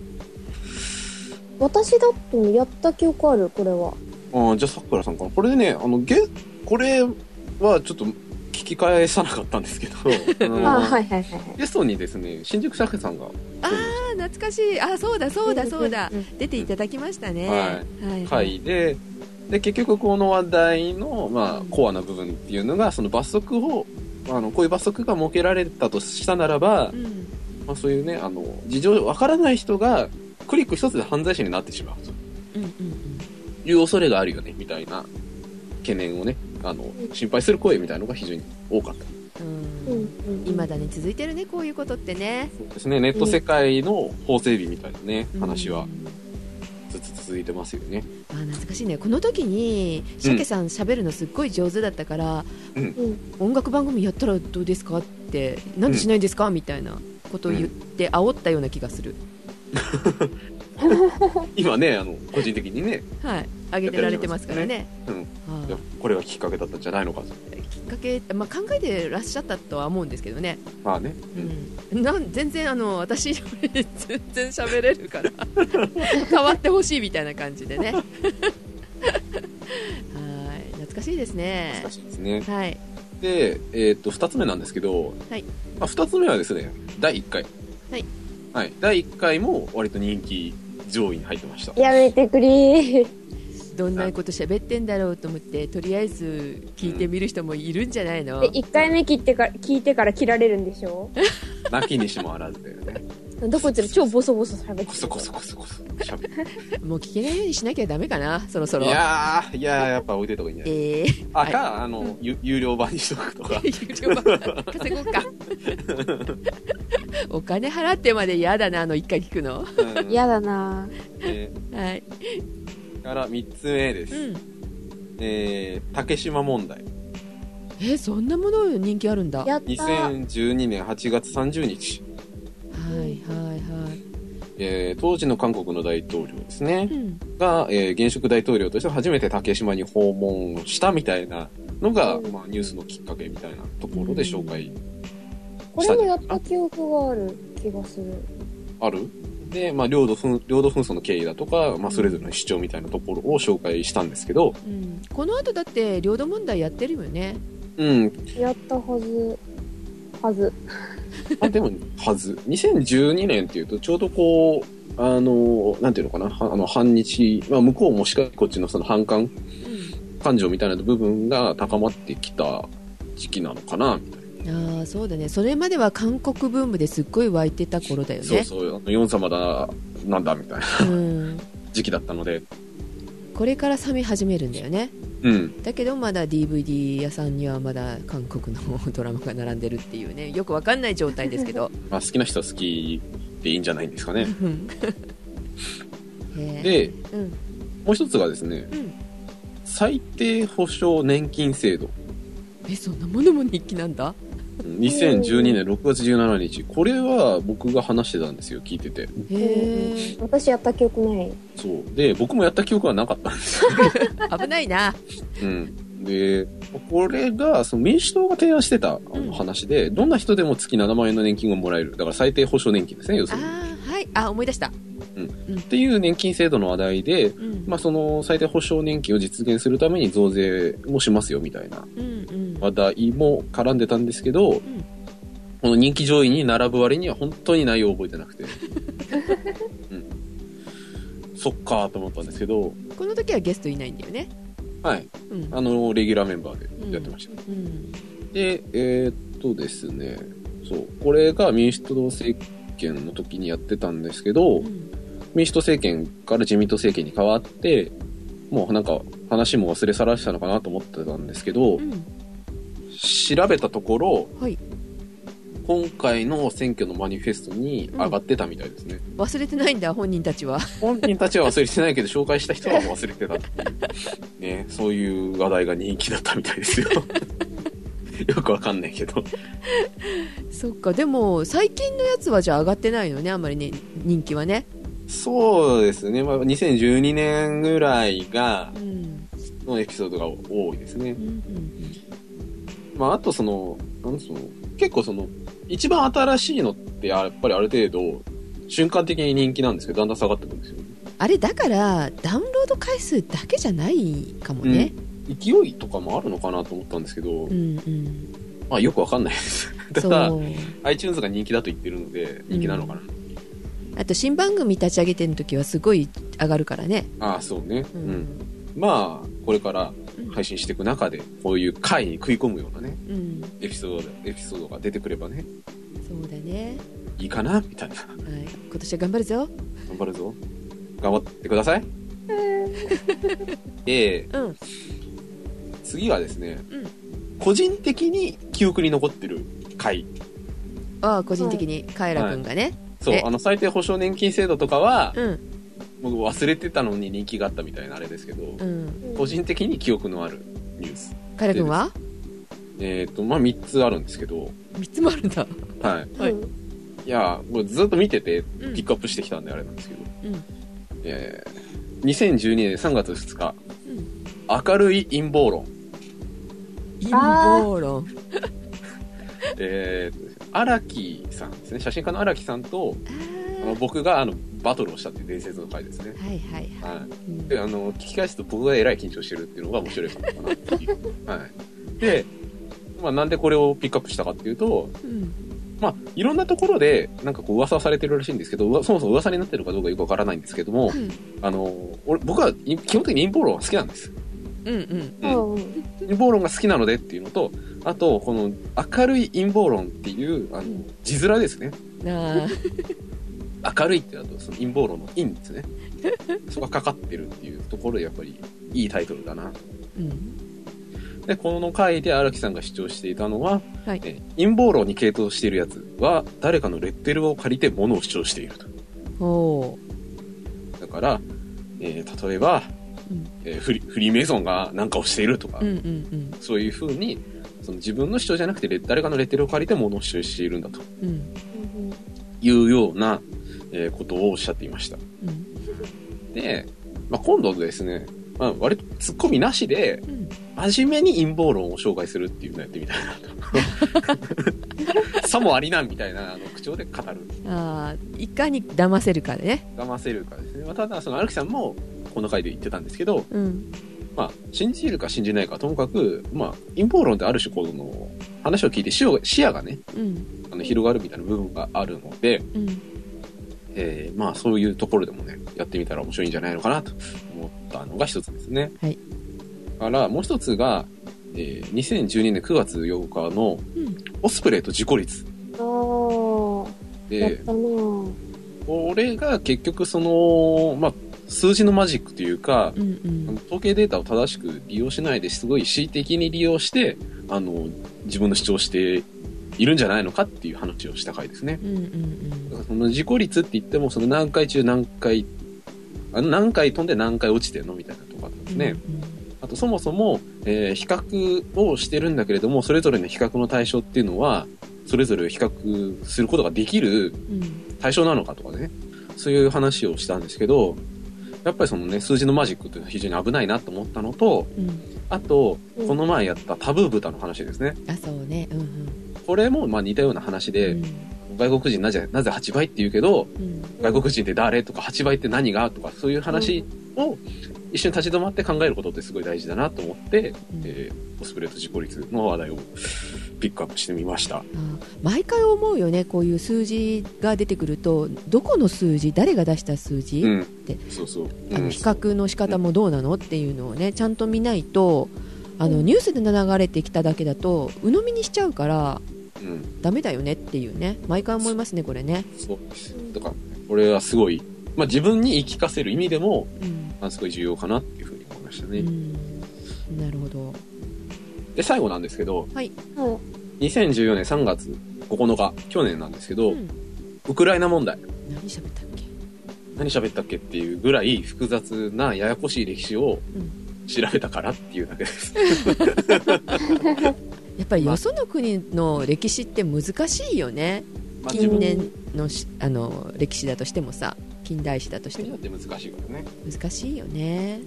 [SPEAKER 2] 私だとやった記憶あるこれは
[SPEAKER 1] ああ、じゃあ、さくらさんかな。これでね、あの、げ、これはちょっと聞き返さなかったんですけど、。
[SPEAKER 3] うん
[SPEAKER 2] あーは いいはいはいはい
[SPEAKER 1] ゲストにですね、新宿シャケさんが、
[SPEAKER 3] ああ懐かしいあそうだそうだそうだ
[SPEAKER 2] ん ん
[SPEAKER 3] 出ていただきましたね、
[SPEAKER 1] はい
[SPEAKER 3] はい
[SPEAKER 1] 会で、で、結局この話題の、まあ
[SPEAKER 3] うん、
[SPEAKER 1] コアな部分っていうのが、その罰則を、あの、こういう罰則が設けられたとしたならば
[SPEAKER 3] う、ん、
[SPEAKER 1] まあそういうね、あの、事情わからない人が、クリック一つで犯罪者になってしまうと
[SPEAKER 3] うんうん
[SPEAKER 1] いう恐れがあるよね、みたいな懸念をね、あの、心配する声みたいなのが非常に多かった。
[SPEAKER 3] うん
[SPEAKER 2] うん
[SPEAKER 3] う
[SPEAKER 2] うんんうん
[SPEAKER 3] 今だに続いてるねこういうことってね
[SPEAKER 1] そうですね、ネット世界の法整備みたいなね、話は
[SPEAKER 3] うん
[SPEAKER 1] ずつ続いてますよね。
[SPEAKER 3] あー懐かしいねこの時にシャケさん喋るのすっごい上手だったから、
[SPEAKER 1] うん
[SPEAKER 3] 音楽番組やったらどうですかってなんでしないんですか、みたいなことを言って煽ったような気がする
[SPEAKER 1] 今ね、あの、個人的にね、
[SPEAKER 3] はい上げてられてますからね
[SPEAKER 1] うん
[SPEAKER 3] はい
[SPEAKER 1] これがきっかけだったんじゃないのかと。
[SPEAKER 3] きっかけ、まあ、考えてらっしゃったとは思うんですけどね、
[SPEAKER 1] まあね。
[SPEAKER 3] うん、なん全然あの私全然喋れるから変わってほしいみたいな感じでねはい懐かしいですね
[SPEAKER 1] 難しいですね。
[SPEAKER 3] はい
[SPEAKER 1] で、えっ、と、二つ目なんですけど、
[SPEAKER 3] はい
[SPEAKER 1] まあ、二つ目はですね、第一回。
[SPEAKER 3] はい。
[SPEAKER 1] はい。第一回も割と人気上位に入ってました。
[SPEAKER 2] やめてくれー。
[SPEAKER 3] どんなこと喋ってんだろうと思ってとりあえず聞いてみる人もいるんじゃないの、
[SPEAKER 2] で、1回目切ってから、聞いてから切られるんでしょ
[SPEAKER 1] 泣きにしもあらずだよ ね。
[SPEAKER 2] どこいつら超ボソボソ喋ってる。
[SPEAKER 1] こそこそこそこそ喋る。
[SPEAKER 3] もう聞けないようにしなきゃダメかなそろそ
[SPEAKER 1] い
[SPEAKER 3] ろ
[SPEAKER 1] やー、いやー、やっぱ置いといた方がいいんじゃない
[SPEAKER 3] えー、
[SPEAKER 1] あ、か、あの、ゆ有料版にしとくと か。
[SPEAKER 3] 有料版稼ごうか お金払ってまで嫌だなあの一回聞くの
[SPEAKER 1] うん、
[SPEAKER 2] 嫌だな
[SPEAKER 1] え
[SPEAKER 3] はい、
[SPEAKER 1] ーから三つ目です。
[SPEAKER 3] うん、
[SPEAKER 1] えー、竹島問題。
[SPEAKER 3] えそんなもの人気あるんだ
[SPEAKER 2] ぁやったー。
[SPEAKER 1] 2012年8月30日。
[SPEAKER 3] はいはいはい、
[SPEAKER 1] えー当時の韓国の大統領ですね
[SPEAKER 3] う。ん、
[SPEAKER 1] が、えー現職大統領として初めて竹島に訪問をしたみたいなのが、
[SPEAKER 2] うん
[SPEAKER 1] まあ、ニュースのきっかけみたいなところで紹介
[SPEAKER 2] これもやった記憶がある気がする。
[SPEAKER 1] ある。で、まあ、領土紛領土紛争の経緯だとか、まあ、それぞれの主張みたいなところを紹介したんですけど、
[SPEAKER 3] うん、この後だって領土問題やってるよね
[SPEAKER 1] うん、
[SPEAKER 2] やったはず。はず。
[SPEAKER 1] あでも、はず。2012年っていうと、ちょうどこう、あの、なんていうのかな、はあの、反日、まあ、向こうもしかりこっちのその反韓感情みたいな部分が高まってきた時期なのかな、みたいな。
[SPEAKER 3] ああそうだねそれまでは韓国ブームですっごい湧いてた頃だよね
[SPEAKER 1] そうそう、あの、ヨン様だ、なんだ、みたいな
[SPEAKER 3] うん、
[SPEAKER 1] 時期だったので、
[SPEAKER 3] これから冷め始めるんだよね
[SPEAKER 1] うん、
[SPEAKER 3] だけどまだ DVD 屋さんにはまだ韓国のドラマが並んでるっていうねよくわかんない状態ですけど、
[SPEAKER 1] まあ、好きな人は好きでいいんじゃないんですかね。
[SPEAKER 3] うんへえ
[SPEAKER 1] で、
[SPEAKER 3] うん
[SPEAKER 1] もう一つがですね、
[SPEAKER 3] うん
[SPEAKER 1] 最低保障年金制度。
[SPEAKER 3] えそんなものも人気なんだ
[SPEAKER 1] 2012年6月17日。これは僕が話してたんですよ、聞いてて。
[SPEAKER 3] へえ
[SPEAKER 2] 私やった記憶ない。
[SPEAKER 1] そう。で、僕もやった記憶はなかったん ですよ。
[SPEAKER 3] 危ないな
[SPEAKER 1] うん。で、これが、その民主党が提案してたあ
[SPEAKER 3] うん
[SPEAKER 1] の話で、どんな人でも月7万円の年金がもらえる。だから最低保障年金ですね、要す
[SPEAKER 3] あ
[SPEAKER 1] るに。っ
[SPEAKER 3] ーはいあ思い出した
[SPEAKER 1] ていう年金制度の話題で、
[SPEAKER 3] うん、
[SPEAKER 1] まあその最低保障年金を実現するために増税もしますよ、みたいな
[SPEAKER 3] うんうん
[SPEAKER 1] 話題も絡んでたんですけど、この人気上位に並ぶ割には本当に内容を覚えてなくて。うん。そっかーと思ったんですけど、
[SPEAKER 3] この時はゲストいないんだよね。
[SPEAKER 1] はい。
[SPEAKER 3] うん。
[SPEAKER 1] あの、レギュラーメンバーでやってました。
[SPEAKER 3] うん。
[SPEAKER 1] で、えーっとですね、そう、これが民主党政権の時にやってたんですけど、
[SPEAKER 3] うん
[SPEAKER 1] 民主党政権から自民党政権に変わって、もうなんか話も忘れ去らしたのかなと思ってたんですけど、
[SPEAKER 3] うん。
[SPEAKER 1] 調べたところ、
[SPEAKER 3] はい
[SPEAKER 1] 今回の選挙のマニフェストに上がってたみたいですね。
[SPEAKER 3] 忘れてないんだ、本人たちは。
[SPEAKER 1] 本人たちは忘れてないけど、紹介した人は忘れてたっていう。ね、そういう話題が人気だったみたいですよ。よくわかんないけど。
[SPEAKER 3] そっか、でも、最近のやつはじゃあ上がってないのね、あんまりね、人気はね。
[SPEAKER 1] そうですね。まあ、2012年ぐらいが、
[SPEAKER 3] うん。
[SPEAKER 1] のエピソードが多いですね
[SPEAKER 3] う。ん。
[SPEAKER 1] まあ、あとその、なんその、結構その、一番新しいのって、やっぱりある程度、瞬間的に人気なんですけど、だんだん下がってくるんですよね。
[SPEAKER 3] あれ、だから、ダウンロード回数だけじゃないかもね。
[SPEAKER 1] 勢いとかもあるのかなと思ったんですけど
[SPEAKER 3] う、ん、うん。
[SPEAKER 1] まあよくわかんないです。ただ、
[SPEAKER 3] そう。
[SPEAKER 1] iTunes が人気だと言ってるので、人気なのかな。
[SPEAKER 3] あと、新番組立ち上げてる時はすごい上がるからね。
[SPEAKER 1] ああ、そうね。う。。
[SPEAKER 3] うん
[SPEAKER 1] まあ、これから
[SPEAKER 3] うん
[SPEAKER 1] 配信していく中で、こういう回に食い込むようなね、
[SPEAKER 3] うん。
[SPEAKER 1] エピソード、エピソードが出てくればね、
[SPEAKER 3] そうだね。
[SPEAKER 1] いいかな、みたいな。
[SPEAKER 3] はい。今年は頑張るぞ。
[SPEAKER 1] 頑張るぞ。頑張ってください。で、
[SPEAKER 3] うん。
[SPEAKER 1] 次はですね、
[SPEAKER 3] うん
[SPEAKER 1] 個人的に記憶に残ってる回。
[SPEAKER 3] ああ、個人的に、カエラくんがね。
[SPEAKER 1] そう
[SPEAKER 3] え、
[SPEAKER 1] あの、最低保障年金制度とかは、
[SPEAKER 3] うん。
[SPEAKER 1] 僕忘れてたのに人気があったみたいなあれですけど、
[SPEAKER 3] うん
[SPEAKER 1] 個人的に記憶のあるニュース。
[SPEAKER 3] 彼君は
[SPEAKER 1] えっ、と、まあ、3つあるんですけど、
[SPEAKER 3] 3つもあるんだ
[SPEAKER 1] は
[SPEAKER 3] はい
[SPEAKER 2] うん
[SPEAKER 1] い。いや、これずっと見てて、
[SPEAKER 3] うん
[SPEAKER 1] ピックアップしてきたんであれなんですけど、
[SPEAKER 3] うん
[SPEAKER 1] えー2012年3月2日、
[SPEAKER 3] うん
[SPEAKER 1] 明るい陰謀論。
[SPEAKER 3] 陰謀論
[SPEAKER 1] えー荒木さんですね。写真家の荒木さんと、
[SPEAKER 3] あ
[SPEAKER 1] あ
[SPEAKER 3] ー
[SPEAKER 1] の僕があのバトルをしたっていう伝説の回ですね。
[SPEAKER 3] はいはいは
[SPEAKER 1] はい。
[SPEAKER 3] い、うん
[SPEAKER 1] で、あの、聞き返すと僕がえらい緊張してるっていうのが面白いかなっていう。はい。で、まあなんでこれをピックアップしたかっていうと、
[SPEAKER 3] うん
[SPEAKER 1] まあいろんなところでなんかこう噂はされてるらしいんですけど、うわそもそも噂になってるかどうかよくわからないんですけども、
[SPEAKER 3] うん
[SPEAKER 1] あの、俺、僕はい基本的に陰謀論は好きなんです。
[SPEAKER 3] うんうん
[SPEAKER 1] うん陰謀論が好きなのでっていうのと、あと、この明るい陰謀論っていう、あの、字面ですね。
[SPEAKER 3] なあ
[SPEAKER 1] 明るいってだと、その陰謀論の陰です ね。そこがかかってるっていうところで、やっぱりいいタイトルだな
[SPEAKER 3] うん
[SPEAKER 1] で、この回で荒木さんが主張していたのは、
[SPEAKER 3] はい
[SPEAKER 1] え陰謀論に傾倒しているやつは、誰かのレッテルを借りて物を主張していると。
[SPEAKER 3] おー
[SPEAKER 1] だから、えー例えば、
[SPEAKER 3] うん
[SPEAKER 1] えーフリ、フリーメイソンが何かをしているとか、
[SPEAKER 3] うんうん
[SPEAKER 1] そういう風に、その自分の主張じゃなくて、レ誰かのレッテルを借りて物を主張しているんだと
[SPEAKER 3] うんうん
[SPEAKER 1] いうような、えーことをおっしゃっていました。
[SPEAKER 3] うん
[SPEAKER 1] で、まあ、今度ですね、まあ、割とツッコミなしで、
[SPEAKER 3] うん
[SPEAKER 1] 真面目に陰謀論を紹介するっていうのをやってみたいなと。さもありなんみたいなあの口調で語る。
[SPEAKER 3] あーいかに騙せるかでね
[SPEAKER 1] 騙せるかですね。まあ、ただ、その、荒木さんも、この回で言ってたんですけど、
[SPEAKER 3] うん
[SPEAKER 1] まあ、信じるか信じないかはともかく、まあ、陰謀論ってある種、この、話を聞いて視野が視野がね、
[SPEAKER 3] うん
[SPEAKER 1] あの広がるみたいな部分があるので、
[SPEAKER 3] うん
[SPEAKER 1] えーまあ、そういうところでもね、やってみたら面白いんじゃないのかなと思ったのが一つですね。
[SPEAKER 3] はい。
[SPEAKER 1] だから、もう一つが、えー2012年9月8日の
[SPEAKER 3] うん
[SPEAKER 1] オスプレイと事故率。
[SPEAKER 2] ああ、やっ
[SPEAKER 1] で、
[SPEAKER 2] たなぁ。
[SPEAKER 1] これが結局その、まあ、数字のマジックというか、
[SPEAKER 3] うん
[SPEAKER 1] あ
[SPEAKER 3] う
[SPEAKER 1] の
[SPEAKER 3] ん
[SPEAKER 1] 統計データを正しく利用しないですごい恣意的に利用して、あの、自分の主張をしているんじゃないのかっていう話をした回ですね。
[SPEAKER 3] うんうん
[SPEAKER 1] だからその事故率って言っても、その何回中何回、あの何回飛んで何回落ちてんのみたいなとこあったんで
[SPEAKER 3] う
[SPEAKER 1] す
[SPEAKER 3] ん
[SPEAKER 1] ね。
[SPEAKER 3] うん
[SPEAKER 1] あとそもそも、えー比較をしてるんだけれども、それぞれの比較の対象っていうのは、それぞれ比較することができる
[SPEAKER 3] うん
[SPEAKER 1] 対象なのかとかね、そういう話をしたんですけど、やっぱりそのね、数字のマジックっていうのは非常に危ないなと思ったのと、
[SPEAKER 3] うん
[SPEAKER 1] あと、
[SPEAKER 2] うん
[SPEAKER 1] この前やったタブー豚の話ですね。
[SPEAKER 3] あそうねうんうん
[SPEAKER 1] これもまあ似たような話で、
[SPEAKER 3] うん
[SPEAKER 1] 外国人なぜ、なぜ8倍って言うけど、
[SPEAKER 3] うん
[SPEAKER 1] 外国人って誰とか8倍って何がとかそういう話を一緒に立ち止まって考えることってすごい大事だなと思って、
[SPEAKER 3] うん
[SPEAKER 1] えーオスプレイと自己率の話題をピックアップしてみました。
[SPEAKER 3] あー毎回思うよねこういう数字が出てくるとどこの数字誰が出した数字、
[SPEAKER 1] うん
[SPEAKER 3] で、
[SPEAKER 1] そうそう、う
[SPEAKER 3] あの
[SPEAKER 1] ん
[SPEAKER 3] 比較の仕方もどうなのっていうのをねちゃんと見ないとあのニュースで流れてきただけだと鵜呑みにしちゃうから
[SPEAKER 1] うん
[SPEAKER 3] ダメだよねっていうね毎回思いますねこれね、
[SPEAKER 1] そうとかこれはすごい、まあ、自分に言い聞かせる意味でも
[SPEAKER 3] うん
[SPEAKER 1] あすごい重要かなっていうふうに思いました
[SPEAKER 3] う
[SPEAKER 1] ね。
[SPEAKER 3] ん、なるほど
[SPEAKER 1] で最後なんですけど
[SPEAKER 2] はい。
[SPEAKER 1] 2014年3月9日去年なんですけど、
[SPEAKER 3] うん
[SPEAKER 1] ウクライナ問題
[SPEAKER 3] 何喋ったっけ
[SPEAKER 1] 何喋ったっけっていうぐらい複雑なややこしい歴史を調べたからっていうだけです。
[SPEAKER 3] やっぱり
[SPEAKER 1] ま
[SPEAKER 3] よ
[SPEAKER 1] あ
[SPEAKER 3] その国の歴史って難しいよね
[SPEAKER 1] まあ
[SPEAKER 2] 自
[SPEAKER 1] 自
[SPEAKER 2] 分
[SPEAKER 3] 近
[SPEAKER 1] 分
[SPEAKER 3] 年のしあの歴史だとしてもさ近代史だとして
[SPEAKER 1] になっ
[SPEAKER 3] も
[SPEAKER 1] て難しいからね。
[SPEAKER 3] 難しいよね、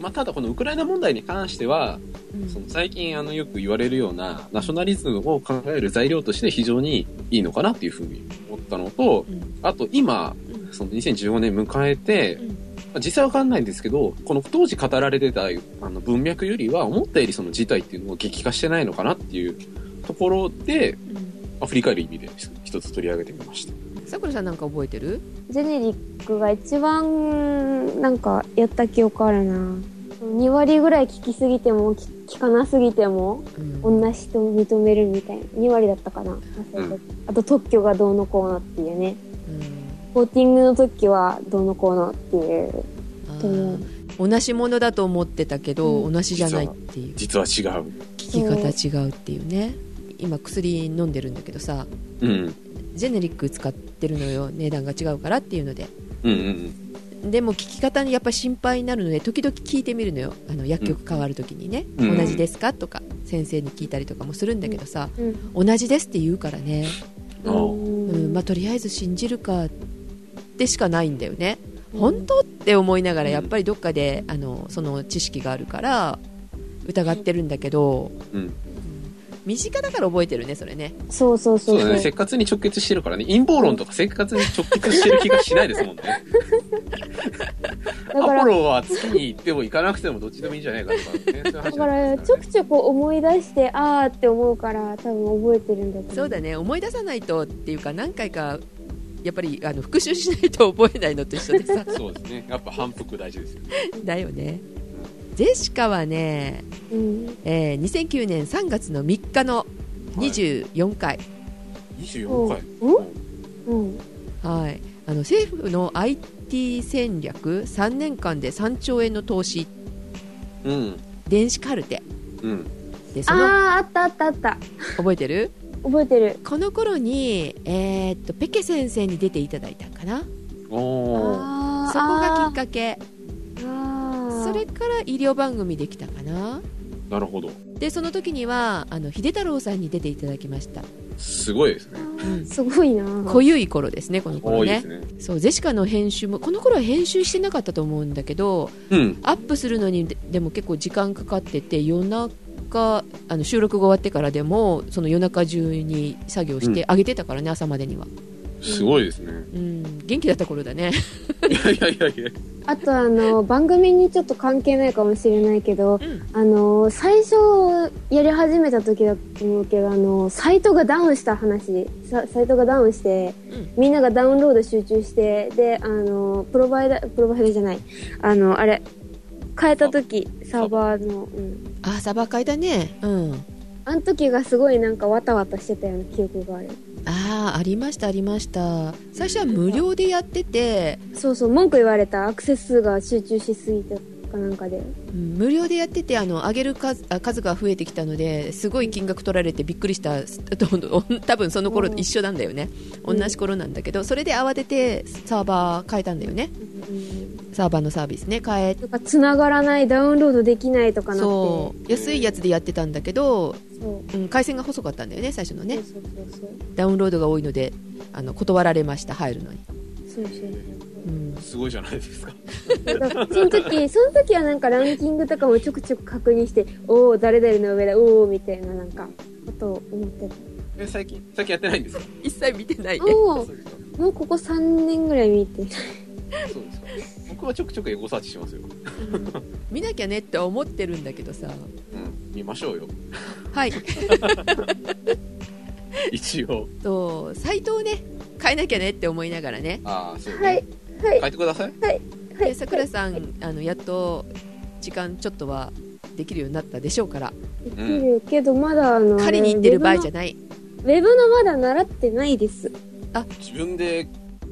[SPEAKER 1] まあただこのウクライナ問題に関しては、
[SPEAKER 3] うん
[SPEAKER 1] その最近あのよく言われるようなナショナリズムを考える材料として非常にいいのかなっていうふうに思ったのと、
[SPEAKER 3] うん
[SPEAKER 1] あと今、
[SPEAKER 3] うん
[SPEAKER 1] その2015年迎えて
[SPEAKER 3] うん、
[SPEAKER 1] まあ実際わかんないんですけど、この当時語られてたあの文脈よりは思ったよりその事態っていうのを激化してないのかなっていうところで、
[SPEAKER 3] うん
[SPEAKER 1] まあ振り返る意味で一つ取り上げてみました。
[SPEAKER 3] さくらさんなんか覚えてる
[SPEAKER 2] ジェネリックが一番なんかやった記憶あるな2割ぐらい聞きすぎても聞聞かなすぎても
[SPEAKER 3] うん
[SPEAKER 2] 同じ人を認めるみたいな2割だったかな忘れたあと特許がどうのこうのっていうね
[SPEAKER 3] うん
[SPEAKER 2] コーティングの時はどうのこうのっていう
[SPEAKER 3] あ
[SPEAKER 2] と思う
[SPEAKER 3] ー同じものだと思ってたけど、
[SPEAKER 2] うん
[SPEAKER 3] 同じじゃないっていう
[SPEAKER 1] 実は違う。
[SPEAKER 3] 聞き方違うっていうね今薬飲んでるんだけどさ
[SPEAKER 1] うん。
[SPEAKER 3] ジェネリック使ってるのよ値段が違うからっていうので
[SPEAKER 1] うんうんうん。
[SPEAKER 3] でも聞き方にやっぱ心配になるので時々聞いてみるのよあの薬局変わる時にね、
[SPEAKER 1] うん
[SPEAKER 3] 同じですかとか先生に聞いたりとかもするんだけどさ、
[SPEAKER 2] うん
[SPEAKER 3] 同じですって言うからね、
[SPEAKER 1] あー
[SPEAKER 3] うんまあ、とりあえず信じるかってしかないんだよね本当って思いながら
[SPEAKER 1] うん
[SPEAKER 3] やっぱりどっかであのその知識があるから疑ってるんだけど、
[SPEAKER 1] うん
[SPEAKER 3] 身近だから覚えてるねそれね
[SPEAKER 2] そうそう
[SPEAKER 1] そ
[SPEAKER 2] そうう
[SPEAKER 1] だ
[SPEAKER 2] そう
[SPEAKER 1] ね。せっかつに直結してるからね。陰謀論とかせっかつに直結してる気がしないですもんね。
[SPEAKER 2] だか
[SPEAKER 1] ア
[SPEAKER 2] ら
[SPEAKER 1] ポロは月に行っても行かなくてもどっちでもいいんじゃないかとかね。そういう話
[SPEAKER 2] だ
[SPEAKER 1] にな
[SPEAKER 2] から
[SPEAKER 1] ります
[SPEAKER 2] ち
[SPEAKER 1] か
[SPEAKER 2] ょ
[SPEAKER 1] らね
[SPEAKER 2] くちょく思い出してあーって思うから多分覚えてるんだと思
[SPEAKER 3] そうだね思い出さないとっていうか何回かやっぱりあの復習しないと覚えないのと一緒でさ
[SPEAKER 1] そうですね。やっぱ反復大事ですよね。
[SPEAKER 3] だよねジェシカはね、
[SPEAKER 2] うん
[SPEAKER 3] えー2009年3月の3日の24回、
[SPEAKER 1] 24回。
[SPEAKER 2] うん
[SPEAKER 3] はい、あの政府の IT 戦略3年間で3兆円の投資
[SPEAKER 1] うん。
[SPEAKER 3] 電子カルテ
[SPEAKER 1] うん。
[SPEAKER 3] でその
[SPEAKER 2] あーあったあったあった
[SPEAKER 3] 覚えてる
[SPEAKER 2] 覚えてる
[SPEAKER 3] この頃に、えーっとペケ先生に出ていただいたかな
[SPEAKER 1] おー。
[SPEAKER 2] あー
[SPEAKER 3] そこがきっかけ
[SPEAKER 2] あー
[SPEAKER 3] それから医療番組できたかな
[SPEAKER 1] なるほど。
[SPEAKER 3] でその時にはあの秀太郎さんに出ていただきました、
[SPEAKER 1] すごいですね。
[SPEAKER 3] うん、
[SPEAKER 2] すごいな
[SPEAKER 3] 濃ゆい頃ですねこの
[SPEAKER 1] 多
[SPEAKER 3] 頃
[SPEAKER 1] いで
[SPEAKER 3] ね
[SPEAKER 1] すね。
[SPEAKER 3] そうゼシカの編集もこの頃は編集してなかったと思うんだけど
[SPEAKER 1] うん。
[SPEAKER 3] アップするのにででも結構時間かかってて夜中あの収録が終わってからでもその夜中中に作業してあげてたからね、朝までには、
[SPEAKER 1] すごいですね。
[SPEAKER 3] うん、元気だった頃だね
[SPEAKER 1] いやいやいやいや。
[SPEAKER 2] あとあの番組にちょっと関係ないかもしれないけど
[SPEAKER 3] うん
[SPEAKER 2] あの最初やり始めた時だと思うけどあのサイトがダウンした話さサイトがダウンして、
[SPEAKER 3] うん
[SPEAKER 2] みんながダウンロード集中してであのプロバイダプロバイダじゃないあのあれ変えた時サーバーの、うん、
[SPEAKER 3] あサーバー変えたねうん
[SPEAKER 2] あの時がすごいなんかわたわたしてたような記憶がある
[SPEAKER 3] ああありましたありました最初は無料でやってて、
[SPEAKER 2] そうそう文句言われたアクセス数が集中しすぎたかなんかで
[SPEAKER 3] うん無料でやっててあの上げる数あ数が増えてきたのですごい金額取られてびっくりした す多分その頃と一緒なんだよね、
[SPEAKER 2] うん
[SPEAKER 3] 同じ頃なんだけどそれで慌ててサーバー変えたんだよね
[SPEAKER 2] うん
[SPEAKER 3] サーバーのサービスね変え
[SPEAKER 2] なんか繋がらないダウンロードできないとかなって
[SPEAKER 3] そう安いやつでやってたんだけど、
[SPEAKER 2] そう
[SPEAKER 3] うん、回線が細かったんだよね最初のね
[SPEAKER 2] そうそうそうそう
[SPEAKER 3] ダウンロードが多いのであの断られました入るのに、
[SPEAKER 2] そうそうそう
[SPEAKER 3] うん、
[SPEAKER 1] すごいじゃないですか。
[SPEAKER 2] だからその時その時はなんかランキングとかもちょくちょく確認しておお誰々の上だおおみたいななんかことを思ってた
[SPEAKER 1] え、最近、最近やってないんですか
[SPEAKER 3] 一切見てない
[SPEAKER 2] おお
[SPEAKER 1] そうですか
[SPEAKER 2] もうここ3年ぐらい見てない
[SPEAKER 1] そうですか。僕はちょくちょくエゴサーチしますよ。
[SPEAKER 3] 見なきゃねって思ってるんだけどさ
[SPEAKER 1] うん。見ましょうよ。
[SPEAKER 3] はい
[SPEAKER 1] 一応。
[SPEAKER 3] とサイトをね変えなきゃねって思いながらね
[SPEAKER 1] ああ、そうね。
[SPEAKER 2] はいはい
[SPEAKER 1] 書いてください。
[SPEAKER 2] は
[SPEAKER 3] で
[SPEAKER 2] い
[SPEAKER 3] さくらさんあのやっと時間ちょっとはできるようになったでしょうから
[SPEAKER 2] できるけどまだあの
[SPEAKER 3] 借りに行ってる場合じゃ
[SPEAKER 2] ゃ
[SPEAKER 3] ない
[SPEAKER 2] ウェブのまだ習ってないです
[SPEAKER 1] 自分で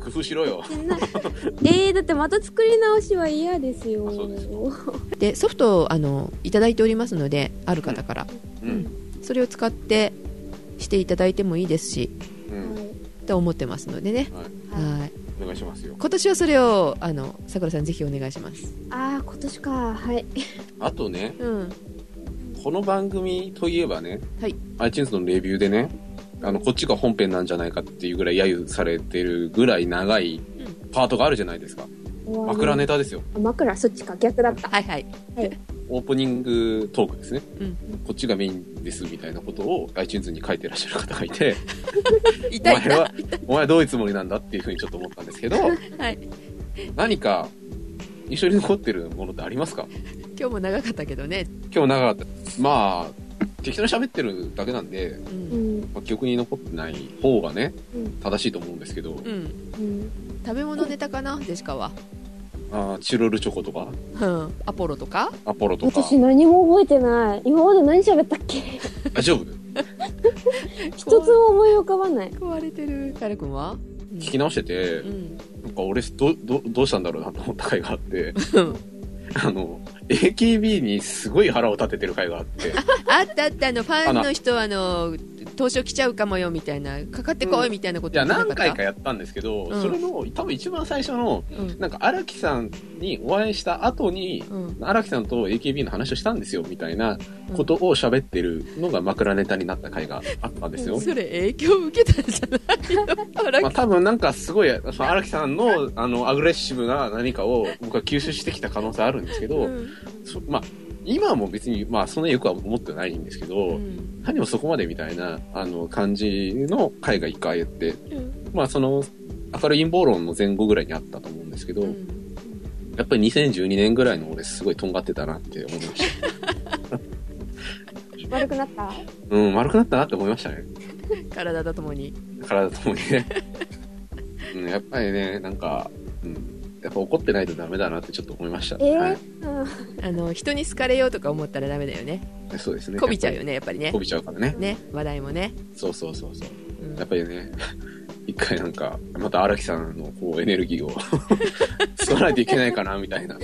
[SPEAKER 1] 工夫しろよ。
[SPEAKER 2] えー、だってまた作り直しは嫌ですよ
[SPEAKER 1] あそうですか
[SPEAKER 3] でソフトをあのいただいておりますのである方から、
[SPEAKER 1] うん。
[SPEAKER 3] それを使ってしていただいてもいいですし
[SPEAKER 1] うん。
[SPEAKER 3] と思ってますのでね、
[SPEAKER 2] はいはい
[SPEAKER 3] はい
[SPEAKER 1] お願いしますよ。
[SPEAKER 3] 今年はそれをあのさくらさんぜひお願いします
[SPEAKER 2] ああ今年かはい
[SPEAKER 1] あとね、
[SPEAKER 3] うん
[SPEAKER 1] この番組といえばね、
[SPEAKER 3] はい
[SPEAKER 1] iTunes のレビューでね、あの、こっちが本編なんじゃないかっていうぐらい揶揄されてるぐらい長いパートがあるじゃないですか。枕ネタですよ。
[SPEAKER 2] あ枕そっちか逆だった
[SPEAKER 3] はいはい
[SPEAKER 1] オープニングトークですね。
[SPEAKER 3] うん
[SPEAKER 1] こっちがメインですみたいなことを iTunes に書いてらっしゃる方がいて、お
[SPEAKER 3] 痛い
[SPEAKER 1] 前は、お前はどういうつもりなんだっていうふうにちょっと思ったんですけど、
[SPEAKER 3] はい
[SPEAKER 1] 何か一緒に残ってるものってありますか
[SPEAKER 3] 今日も長かったけどね、
[SPEAKER 1] 今日長かった。まあ、適当に喋ってるだけなんで、
[SPEAKER 3] う
[SPEAKER 2] うんん
[SPEAKER 1] まあ記憶に残ってない方がね、
[SPEAKER 2] うん
[SPEAKER 1] 正しいと思うんですけど、
[SPEAKER 3] うん、
[SPEAKER 2] うん
[SPEAKER 3] 食べ物ネタかなジェシカは、
[SPEAKER 1] あーチロルチョコとか
[SPEAKER 3] うん、アポロとか
[SPEAKER 1] アポロとか
[SPEAKER 2] 私何も覚えてない今まで何喋ったっけ
[SPEAKER 1] 大丈夫
[SPEAKER 2] 一つも思い浮かばない
[SPEAKER 3] 壊れてるカル君はうん
[SPEAKER 1] 聞き直してて
[SPEAKER 3] う、ん
[SPEAKER 1] なんか俺どどどうしたんだろうなと思った回があって
[SPEAKER 3] うん
[SPEAKER 1] あの AKB にすごい腹を立ててる回があって
[SPEAKER 3] あったあったあのファンの人はあの東証来ちゃうかもよみたいなかかってこいみたいなこ
[SPEAKER 1] い
[SPEAKER 3] と
[SPEAKER 1] や、
[SPEAKER 3] じゃな
[SPEAKER 1] 何
[SPEAKER 3] かった
[SPEAKER 1] 回かやったんですけど、
[SPEAKER 3] うん
[SPEAKER 1] それの、多分一番最初の、
[SPEAKER 3] うん
[SPEAKER 1] なんか荒木さんにお会いした後に、
[SPEAKER 3] うん
[SPEAKER 1] 荒木さんと AKB の話をしたんですよ、みたいなことを喋ってるのが枕ネタになった回があったんですよ。
[SPEAKER 3] それ影響受けたんじゃないの荒木
[SPEAKER 1] まあ、多分なんかすごい、その荒木さんの、あの、アグレッシブな何かを僕は吸収してきた可能性あるんですけど、
[SPEAKER 3] うん
[SPEAKER 1] そまあ、今も別に、まあ、そんなによくは思ってないんですけど、
[SPEAKER 3] うん
[SPEAKER 1] 何もそこまでみたいな、あの、感じの回が一回あって、
[SPEAKER 3] うん
[SPEAKER 1] まあ、その、明るい陰謀論の前後ぐらいにあったと思うんですけど、
[SPEAKER 3] うん
[SPEAKER 1] やっぱり2012年ぐらいの俺すごいとんがってたなって思いました。
[SPEAKER 2] 悪くなった
[SPEAKER 1] うん、丸くなったなって思いましたね。
[SPEAKER 3] 体とともに
[SPEAKER 1] 体ともにね。うん、やっぱりね、なんか、うん、やっぱ怒ってないとダメだなってちょっと思いました。
[SPEAKER 2] えー
[SPEAKER 1] はい。
[SPEAKER 2] うん
[SPEAKER 3] あの人に好かれようとか思ったらダメだよね
[SPEAKER 1] そうですね。
[SPEAKER 3] こびちゃうよ
[SPEAKER 1] ね。
[SPEAKER 3] ねやっぱりね
[SPEAKER 1] こびちゃうからね。
[SPEAKER 3] ね話題もね、
[SPEAKER 1] そうそうそうそう。
[SPEAKER 3] うん
[SPEAKER 1] やっぱりね、 一回なんか、また荒木さんのこうエネルギーを 使わないといけないかな、みたいな。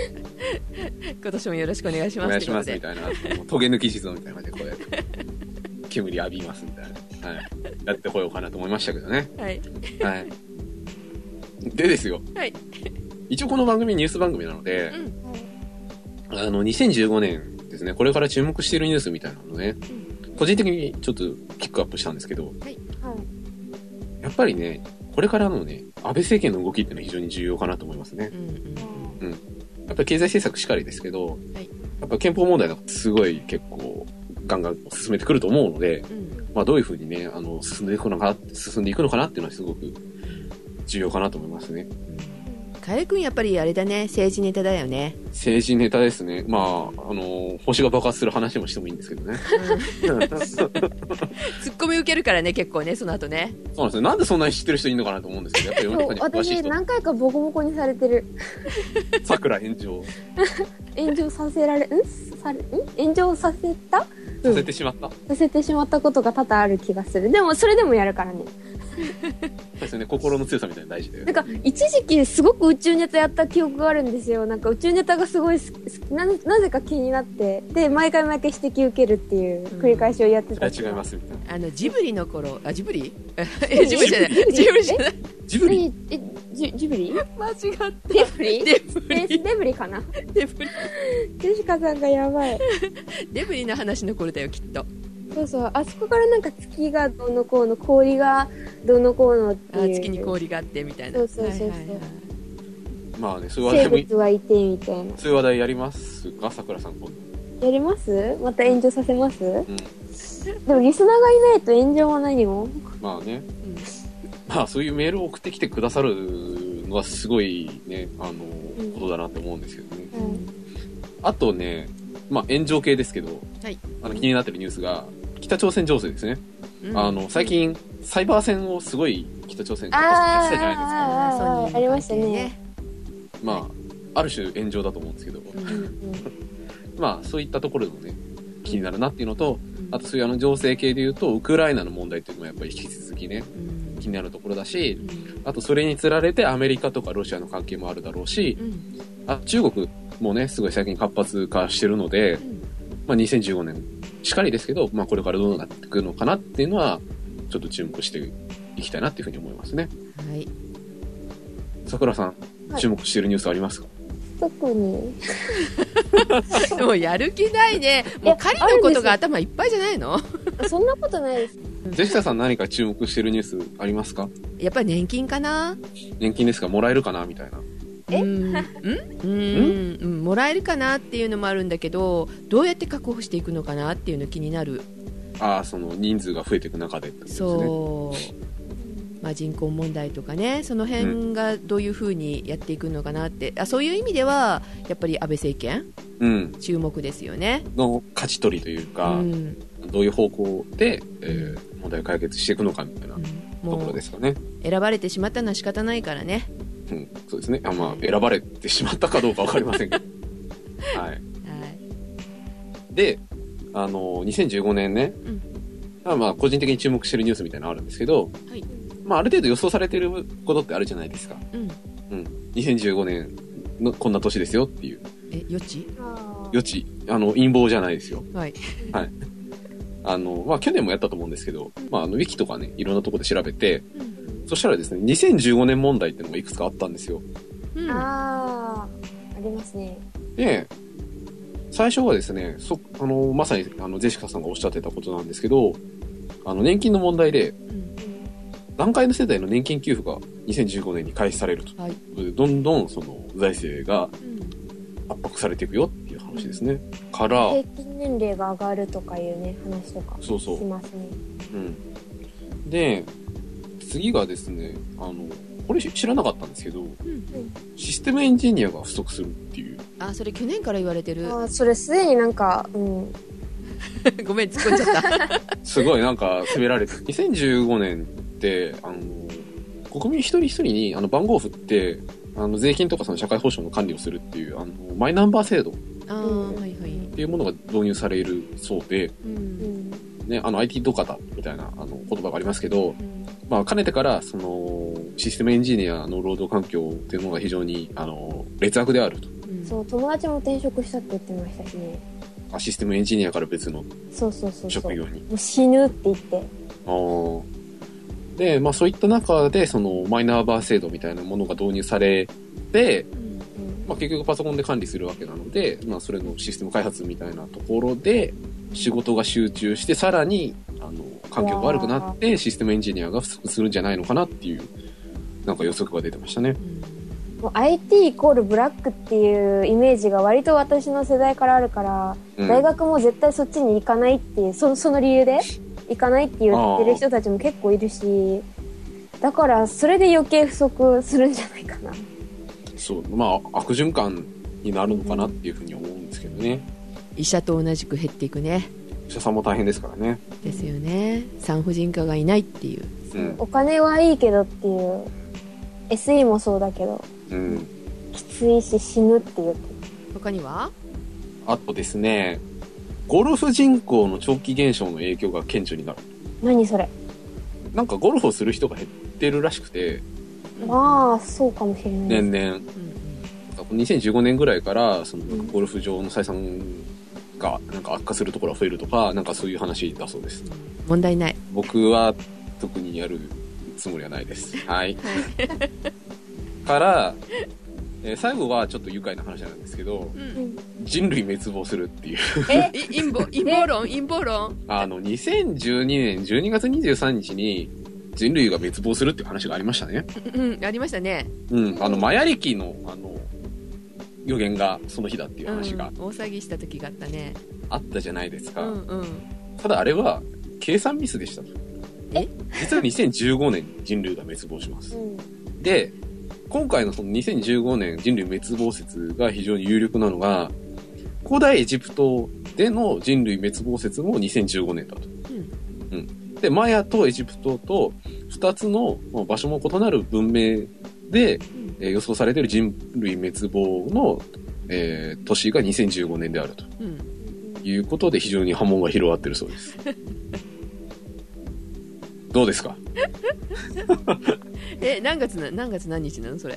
[SPEAKER 3] 今年もよろしくお願いし
[SPEAKER 1] お
[SPEAKER 3] ます
[SPEAKER 1] 願いします、
[SPEAKER 3] とい
[SPEAKER 1] み
[SPEAKER 3] うこ
[SPEAKER 1] たいな。もうトゲ抜き地蔵みたいな感じでこうやって、煙浴びますみたいな。はい。やってこようかなと思いましたけどね。
[SPEAKER 3] とではい
[SPEAKER 1] はい。でですよ。
[SPEAKER 3] はい
[SPEAKER 1] 一応この番組ニュース番組なので、あの、2015年ですね、これから注目しているニュースみたいなのをね、個人的にちょっとピックアップしたんですけど、
[SPEAKER 2] はい
[SPEAKER 1] やっぱりね、これからのね、安倍政権の動きっていうのは非常に重要かなと思いますね。
[SPEAKER 3] うんうん
[SPEAKER 1] やっぱり経済政策しかりですけど、
[SPEAKER 3] はい
[SPEAKER 1] やっぱ憲法問題なんかすごい結構ガンガン進めてくると思うので、
[SPEAKER 3] うん
[SPEAKER 1] まあどういうふうにね、あの、進んでいくのか、進んでいくのかなっていうのはすごく重要かなと思いますね。
[SPEAKER 3] カエ君やっぱりあれだね政治ネタだ よね
[SPEAKER 1] 政治ネタですね。まあ、あの、星が爆発する話もしてもいいんですけどね。そうなんですよ。
[SPEAKER 3] ツッコミ受けるからね結構ねその後ね
[SPEAKER 1] なんでそんなに知ってる人いるのかなと思うんですけど、やっぱり世の中に
[SPEAKER 2] そう
[SPEAKER 1] 詳しい
[SPEAKER 2] 私
[SPEAKER 1] 人、
[SPEAKER 2] 何回かボコボコにされてる
[SPEAKER 1] 桜炎上
[SPEAKER 2] 炎上させられんされん炎上させた
[SPEAKER 1] させてしまった。
[SPEAKER 2] させてしまったことが多々ある気がするでもそれでもやるからね
[SPEAKER 1] そうですよね、心の強さみたいなの大事だよね
[SPEAKER 2] なん。か一時期すごく宇宙ネタやった記憶があるんですよなんか宇宙ネタがすごい好き好きななぜか気になってで毎回毎回指摘受けるっていう繰り返しをやって
[SPEAKER 1] そ
[SPEAKER 2] た、
[SPEAKER 1] れは違いますみたいな。
[SPEAKER 3] あのジブリの頃あジ ブリえジブリじゃないジブリじゃない
[SPEAKER 1] ジブリ
[SPEAKER 2] ええジジブリ
[SPEAKER 3] 間違った
[SPEAKER 2] デブリ
[SPEAKER 3] デブ
[SPEAKER 2] え
[SPEAKER 3] リ
[SPEAKER 2] デブリかな
[SPEAKER 3] デブリ
[SPEAKER 2] ジェシカさんがやばい
[SPEAKER 3] デブリの話の頃だよきっと
[SPEAKER 2] そうそうあそこからなんか月がどうのこうの氷がどうのこうのって
[SPEAKER 3] あ
[SPEAKER 2] いう
[SPEAKER 3] 月に氷があってみたいな
[SPEAKER 2] そうそうそうそう
[SPEAKER 3] はいはいはい
[SPEAKER 1] まあね、そういう
[SPEAKER 2] 生
[SPEAKER 1] 話題も、
[SPEAKER 2] 物はいてみたいな
[SPEAKER 1] そういう話題やりますか、桜さん今度。
[SPEAKER 2] やりますまた炎上させますで
[SPEAKER 1] うん。
[SPEAKER 2] もリスナーがいないと炎上も何も
[SPEAKER 1] まあね、
[SPEAKER 3] うん
[SPEAKER 1] まあそういうメールを送ってきてくださるのはすごいね、あの、ことだなって思うんですけどね。あとね、まあ炎上系ですけど、
[SPEAKER 3] はい
[SPEAKER 1] あの気になってるニュースが、北朝鮮情勢ですね。
[SPEAKER 3] うん
[SPEAKER 1] あの、最近、サイバー戦をすごい北朝鮮がやっ
[SPEAKER 2] あ
[SPEAKER 1] てたじゃないですか。
[SPEAKER 3] あーソニー
[SPEAKER 2] あ
[SPEAKER 3] の
[SPEAKER 2] ありました
[SPEAKER 3] 関係
[SPEAKER 2] ね
[SPEAKER 1] まあ、ある種炎上だと思うんですけど、
[SPEAKER 3] うん
[SPEAKER 1] まあそういったところでもね、気になるなっていうのと、
[SPEAKER 3] うん
[SPEAKER 1] あとそういうあの情勢系で言うと、ウクライナの問題っていうのもやっぱり引き続きね、
[SPEAKER 3] うん
[SPEAKER 1] 気になるところだし
[SPEAKER 3] う、ん
[SPEAKER 1] あとそれにつられてアメリカとかロシアの関係もあるだろうし、
[SPEAKER 3] うん
[SPEAKER 1] あ中国もね、すごい最近活発化してるので、まあ、2015年しかりですけど、まあ、これからどうなってくるのかなっていうのは、ちょっと注目していきたいなっていうふうに思いますね。
[SPEAKER 3] うんはい
[SPEAKER 1] 桜さん、
[SPEAKER 2] はい
[SPEAKER 1] 注目してるニュースありますか、
[SPEAKER 2] 特に
[SPEAKER 3] もうやる気ないねもう狩りのことが頭いっぱいじゃないの
[SPEAKER 2] そんなことないです
[SPEAKER 1] ジェシカさん何か注目してるニュースありますか
[SPEAKER 3] やっぱり年金かな
[SPEAKER 1] 年金ですかもらえるかなみたいな。
[SPEAKER 2] え
[SPEAKER 3] うんうんうんもらえるかなっていうのもあるんだけどどうやって確保していくのかなっていうの気になる
[SPEAKER 1] ああ、その人数が増えていく中でってことですね。
[SPEAKER 3] そう、まあ、人口問題とかねその辺がどういうふうにやっていくのかなって、あそういう意味ではやっぱり安倍政権
[SPEAKER 1] うん。
[SPEAKER 3] 注目ですよね、
[SPEAKER 1] の勝ち取りという
[SPEAKER 3] う
[SPEAKER 1] か、
[SPEAKER 3] ん、
[SPEAKER 1] どういう方向で、えー問題を解決していくのかみたいな
[SPEAKER 3] うん
[SPEAKER 1] とこ
[SPEAKER 3] も
[SPEAKER 1] ろ
[SPEAKER 3] う
[SPEAKER 1] ですかね。
[SPEAKER 3] 選ばれてしまったのは仕方ないからね、
[SPEAKER 1] うん、そうですね。あまあ、選ばれてしまったかどうかわかりません けど。はい。
[SPEAKER 3] はい
[SPEAKER 1] で、あの、2015年ね、
[SPEAKER 3] ん
[SPEAKER 1] まあまあ、個人的に注目してるニュースみたいなのあるんですけど、
[SPEAKER 3] はい
[SPEAKER 1] まあ、ある程度予想されてることってあるじゃないですか。
[SPEAKER 3] うん、
[SPEAKER 1] 2015年のこんな年ですよっていう
[SPEAKER 3] え予知
[SPEAKER 2] あ
[SPEAKER 1] 余地、あの、陰謀じゃないですよ。
[SPEAKER 3] はい
[SPEAKER 1] あの、まあ、去年もやったと思うんですけど、まあ、あの、ウィキとかね、いろんなとこで調べて、そしたらですね、2015年問題っていうのがいくつかあったんですよ。
[SPEAKER 3] うん
[SPEAKER 2] ああ、ありますね。
[SPEAKER 1] で、最初はですね、そ、あの、まさに、あの、ジェシカさんがおっしゃってたことなんですけど、あの、年金の問題で、
[SPEAKER 3] うん
[SPEAKER 1] 段階の世代の年金給付が2015年に開始されると。
[SPEAKER 3] はい
[SPEAKER 1] どんどん、その、財政が
[SPEAKER 3] うん
[SPEAKER 1] 圧迫されていくよっていう話ですね。から、
[SPEAKER 2] 平均年齢が上がるとかいうね、話とか
[SPEAKER 1] そうそう
[SPEAKER 2] し。ますね。
[SPEAKER 1] うん。で、次がですね、あの、これ知らなかったんですけど、
[SPEAKER 3] うん
[SPEAKER 1] システムエンジニアが不足するっていう。
[SPEAKER 3] あそれ去年から言われてる
[SPEAKER 2] あーそれすでになんか、うん。
[SPEAKER 3] ごめん突っ込んじゃった
[SPEAKER 1] すごいなんか責められて、2015年って、あの、国民一人一人にあの番号を振って、あの、税金とかその社会保障の管理をするっていう、あの、マイナンバー制度っ
[SPEAKER 3] あーはいはい
[SPEAKER 1] ていうものが導入されるそうで、
[SPEAKER 3] う
[SPEAKER 2] うんん。
[SPEAKER 1] ね、あの、IT どかたみたいな、あの、言葉がありますけど、
[SPEAKER 3] うん
[SPEAKER 1] まあ、かねてから、その、システムエンジニアの労働環境っていうものが非常に、あの、劣悪であると。
[SPEAKER 3] うん
[SPEAKER 2] そう、友達も転職したって言ってましたしね。
[SPEAKER 1] あシステムエンジニアから別の
[SPEAKER 2] そうそうそうそう。
[SPEAKER 1] 職
[SPEAKER 2] も
[SPEAKER 1] 業に。
[SPEAKER 2] う死ぬって言って。
[SPEAKER 1] あーで、まあ、そういった中で、その、マイナーバー制度みたいなものが導入されて、
[SPEAKER 3] うん
[SPEAKER 2] うん
[SPEAKER 1] まあ、結局パソコンで管理するわけなので、まあ、それのシステム開発みたいなところで、仕事が集中して、さらに、あの、環境が悪くなって、システムエンジニアが不足するんじゃないのかなっていう、なんか予測が出てましたね。
[SPEAKER 2] もう IT イコールブラックっていうイメージが割と私の世代からあるから、
[SPEAKER 1] うん
[SPEAKER 2] 大学も絶対そっちに行かないっていうそその理由で行かないって言ってる人たちも結構いるしだからそれで余計不足するんじゃないかな
[SPEAKER 1] そう、まあ、悪循環になるのかなっていうふうに思うんですけどね。
[SPEAKER 3] 医者と同じく減っていくね
[SPEAKER 1] お医者さんも大変ですからね。
[SPEAKER 3] ですよね産婦人科がいないっていう
[SPEAKER 1] うん。
[SPEAKER 2] お金はいいけどっていう SE もそうだけど
[SPEAKER 1] うん。
[SPEAKER 2] きついし死ぬっていう
[SPEAKER 3] 他には
[SPEAKER 1] あとですね、ゴルフ人口の長期減少の影響が顕著になる。
[SPEAKER 2] 何それ
[SPEAKER 1] なんかゴルフをする人が減ってるらしくて、
[SPEAKER 2] まあそうかもしれないです
[SPEAKER 1] 年々。
[SPEAKER 3] うん
[SPEAKER 1] 2015年ぐらいから、そのなんかゴルフ場の採算がなんか悪化するところが増えるとか、なんかそういう話だそうです。
[SPEAKER 3] 問題ない
[SPEAKER 1] 僕は特にやるつもりはないです。はい。から、えー最後はちょっと愉快な話なんですけど、人類滅亡するっていう。
[SPEAKER 3] えい陰謀陰謀論陰謀論
[SPEAKER 1] あの、2012年12月23日に人類が滅亡するっていう話がありましたね。
[SPEAKER 3] うんありましたね
[SPEAKER 1] うん。あの、マヤ暦の、あの、予言がその日だっていう
[SPEAKER 3] うん大
[SPEAKER 1] 話が
[SPEAKER 3] 騒ぎした時があったね
[SPEAKER 1] あったじゃないです
[SPEAKER 3] う
[SPEAKER 1] か。
[SPEAKER 3] んうん
[SPEAKER 1] ただあれは、計算ミスでしたと。
[SPEAKER 3] え
[SPEAKER 1] 実は2015年に人類が滅亡します
[SPEAKER 2] う。ん
[SPEAKER 1] で、今回のその2015年人類滅亡説が非常に有力なのが、古代エジプトでの人類滅亡説も2015年だと。うん。で、マヤとエジプトと2つのまあ場所も異なる文明で、
[SPEAKER 3] ん
[SPEAKER 1] えー予想されている人類滅亡の、えー年が2015年であると
[SPEAKER 3] うん
[SPEAKER 1] いうことで非常に波紋が広がってるそう です。どうですか
[SPEAKER 3] え何月な何月何日な のそれ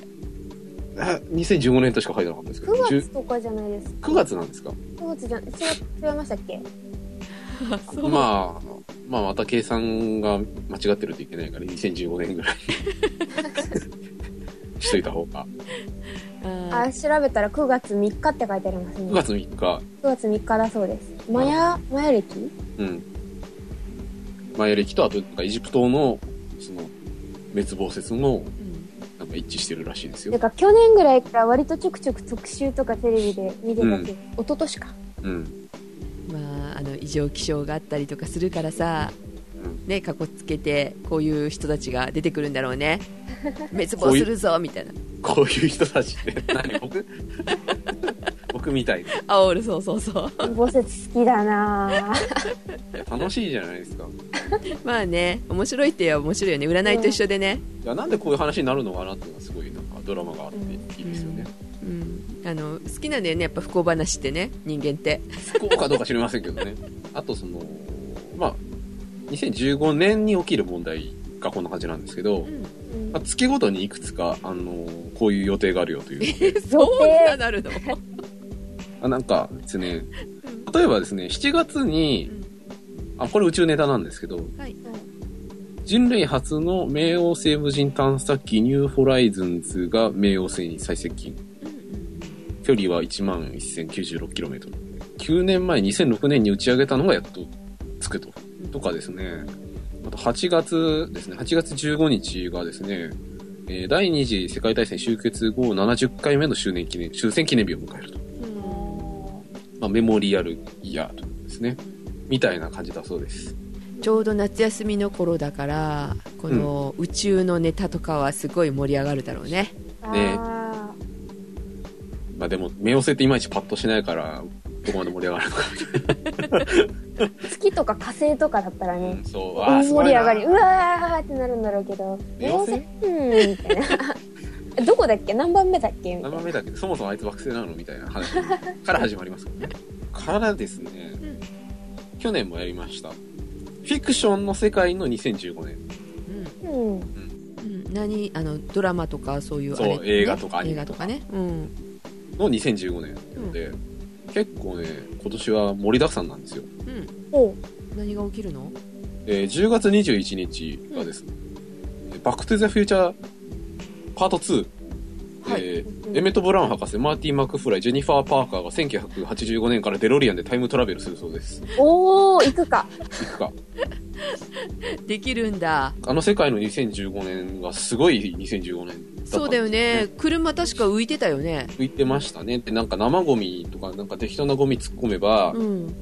[SPEAKER 1] あ ?2015 年としか書いてなかったんですけど、
[SPEAKER 2] 9
[SPEAKER 1] 10
[SPEAKER 2] 月とかじゃないです
[SPEAKER 1] 9月なんですか
[SPEAKER 2] 9月じゃん違違いましたっけ
[SPEAKER 3] あそう
[SPEAKER 1] まあ、まあ、また計算が間違ってるといけないから、2015年ぐらいにしといた方が。
[SPEAKER 3] あ
[SPEAKER 2] あ調べたら9月3日って書いてありますね
[SPEAKER 1] 9月3日、
[SPEAKER 2] 9月3日だそうです。マヤ、マヤ歴
[SPEAKER 1] うん。マヤ暦と、あと、なんかエジプトの、その、滅亡説も、
[SPEAKER 3] うん
[SPEAKER 1] なんか一致してるらしいです
[SPEAKER 2] て
[SPEAKER 1] よ。
[SPEAKER 2] か去年ぐらいから割とちょくちょく特集とかテレビで見てたけど、一昨年か。
[SPEAKER 1] うん。
[SPEAKER 3] まああの異常気象があったりとかするからさ
[SPEAKER 1] うん
[SPEAKER 3] ねかっこつけてこういう人たちが出てくるんだろう ね滅亡するぞみたいな
[SPEAKER 1] こういう人たちって、何僕 僕みたいに。い
[SPEAKER 3] あおるそうそうそう
[SPEAKER 2] 防節好きだなぁ。
[SPEAKER 1] や、楽しいじゃないですか。
[SPEAKER 3] まあね面白いって言えば面白いよね占いと一緒でね、
[SPEAKER 1] いや、なんでこういう話になるのかなっていうのは、すごい、なんか、ドラマがあっていいですよね。
[SPEAKER 3] うん、あの好きなんだよねやっぱ不幸話ってね人間って
[SPEAKER 1] 不幸かどうか知りませんけどね。あとその、まあ、2015年に起きる問題がこんな感じなんですけど、
[SPEAKER 2] うん
[SPEAKER 1] まあ、月ごとにいくつか、あの、こういう予定があるよという。
[SPEAKER 3] そうななるの、
[SPEAKER 1] あなんかですね、例えばですね、7月に、あ、これ宇宙ネタなんですけど、
[SPEAKER 3] はい
[SPEAKER 1] 人類初の冥王星無人探査機ニューホライズンズが冥王星に最接近。
[SPEAKER 3] うんうん
[SPEAKER 1] 距離は1万 1096km。9年前、2006年に打ち上げたのがやっと着くと。とかですね。あと8月ですね、8月15日がですね、えー第二次世界大戦終結後70回目の周年記念、終戦記念日を迎えると。まあ、メモリアルイヤーということですね。みたいな感じだそうです。
[SPEAKER 3] ちょうど夏休みの頃だからこの宇宙のネタとかはすごい盛り上がるだろうね、
[SPEAKER 1] ね
[SPEAKER 2] あー
[SPEAKER 1] まあでも、冥王星っていまいちパッとしないから、どこまで盛り上がるのか。
[SPEAKER 2] 月とか火星とかだったらね、
[SPEAKER 1] そう、あ
[SPEAKER 2] 大
[SPEAKER 1] あ、すご
[SPEAKER 2] 盛
[SPEAKER 1] い
[SPEAKER 2] り
[SPEAKER 1] な
[SPEAKER 2] 上がり、うわーってなるんだろうけど、
[SPEAKER 1] 冥王星
[SPEAKER 2] うん、みたいな。 どこだっけ何番目だっけみた
[SPEAKER 1] 何
[SPEAKER 2] いな
[SPEAKER 1] 番。目だっけど、そもそもあいつ惑星なのみたいな 話から始まりますからね。からですね、
[SPEAKER 3] ん
[SPEAKER 1] 去年もやりました。フィクションの世界の2015年。
[SPEAKER 2] う
[SPEAKER 3] う
[SPEAKER 2] ん。
[SPEAKER 3] んうん、何あのドラマとかそういうあ
[SPEAKER 1] そう
[SPEAKER 3] れ、ね、
[SPEAKER 1] 映画とかアニ
[SPEAKER 3] 映
[SPEAKER 1] メ
[SPEAKER 3] 画
[SPEAKER 1] と
[SPEAKER 3] と
[SPEAKER 1] か
[SPEAKER 3] かね、うん
[SPEAKER 1] の2015年なので、結構ね、今年は盛りだくさんなんですよ。
[SPEAKER 3] うん、
[SPEAKER 2] おう
[SPEAKER 3] 何が起きるの
[SPEAKER 1] えー10月21日がですね、バックトゥザフューチャーパート2。
[SPEAKER 3] はい
[SPEAKER 1] えーエメット・ブラウン博士、マーティン・マクフライ、ジェニファー・パーカーが1985年からデロリアンでタイムトラベルするそうです。
[SPEAKER 2] おー、行くか。
[SPEAKER 1] いくか。
[SPEAKER 3] できるんだ
[SPEAKER 1] あの世界の2015年がすごい2015年だったんです
[SPEAKER 3] そうだよね。車確か浮いてたよね
[SPEAKER 1] 浮いてましたね。で、なんか生ゴミとか、なんか適当なゴミ突っ込めば、
[SPEAKER 3] うん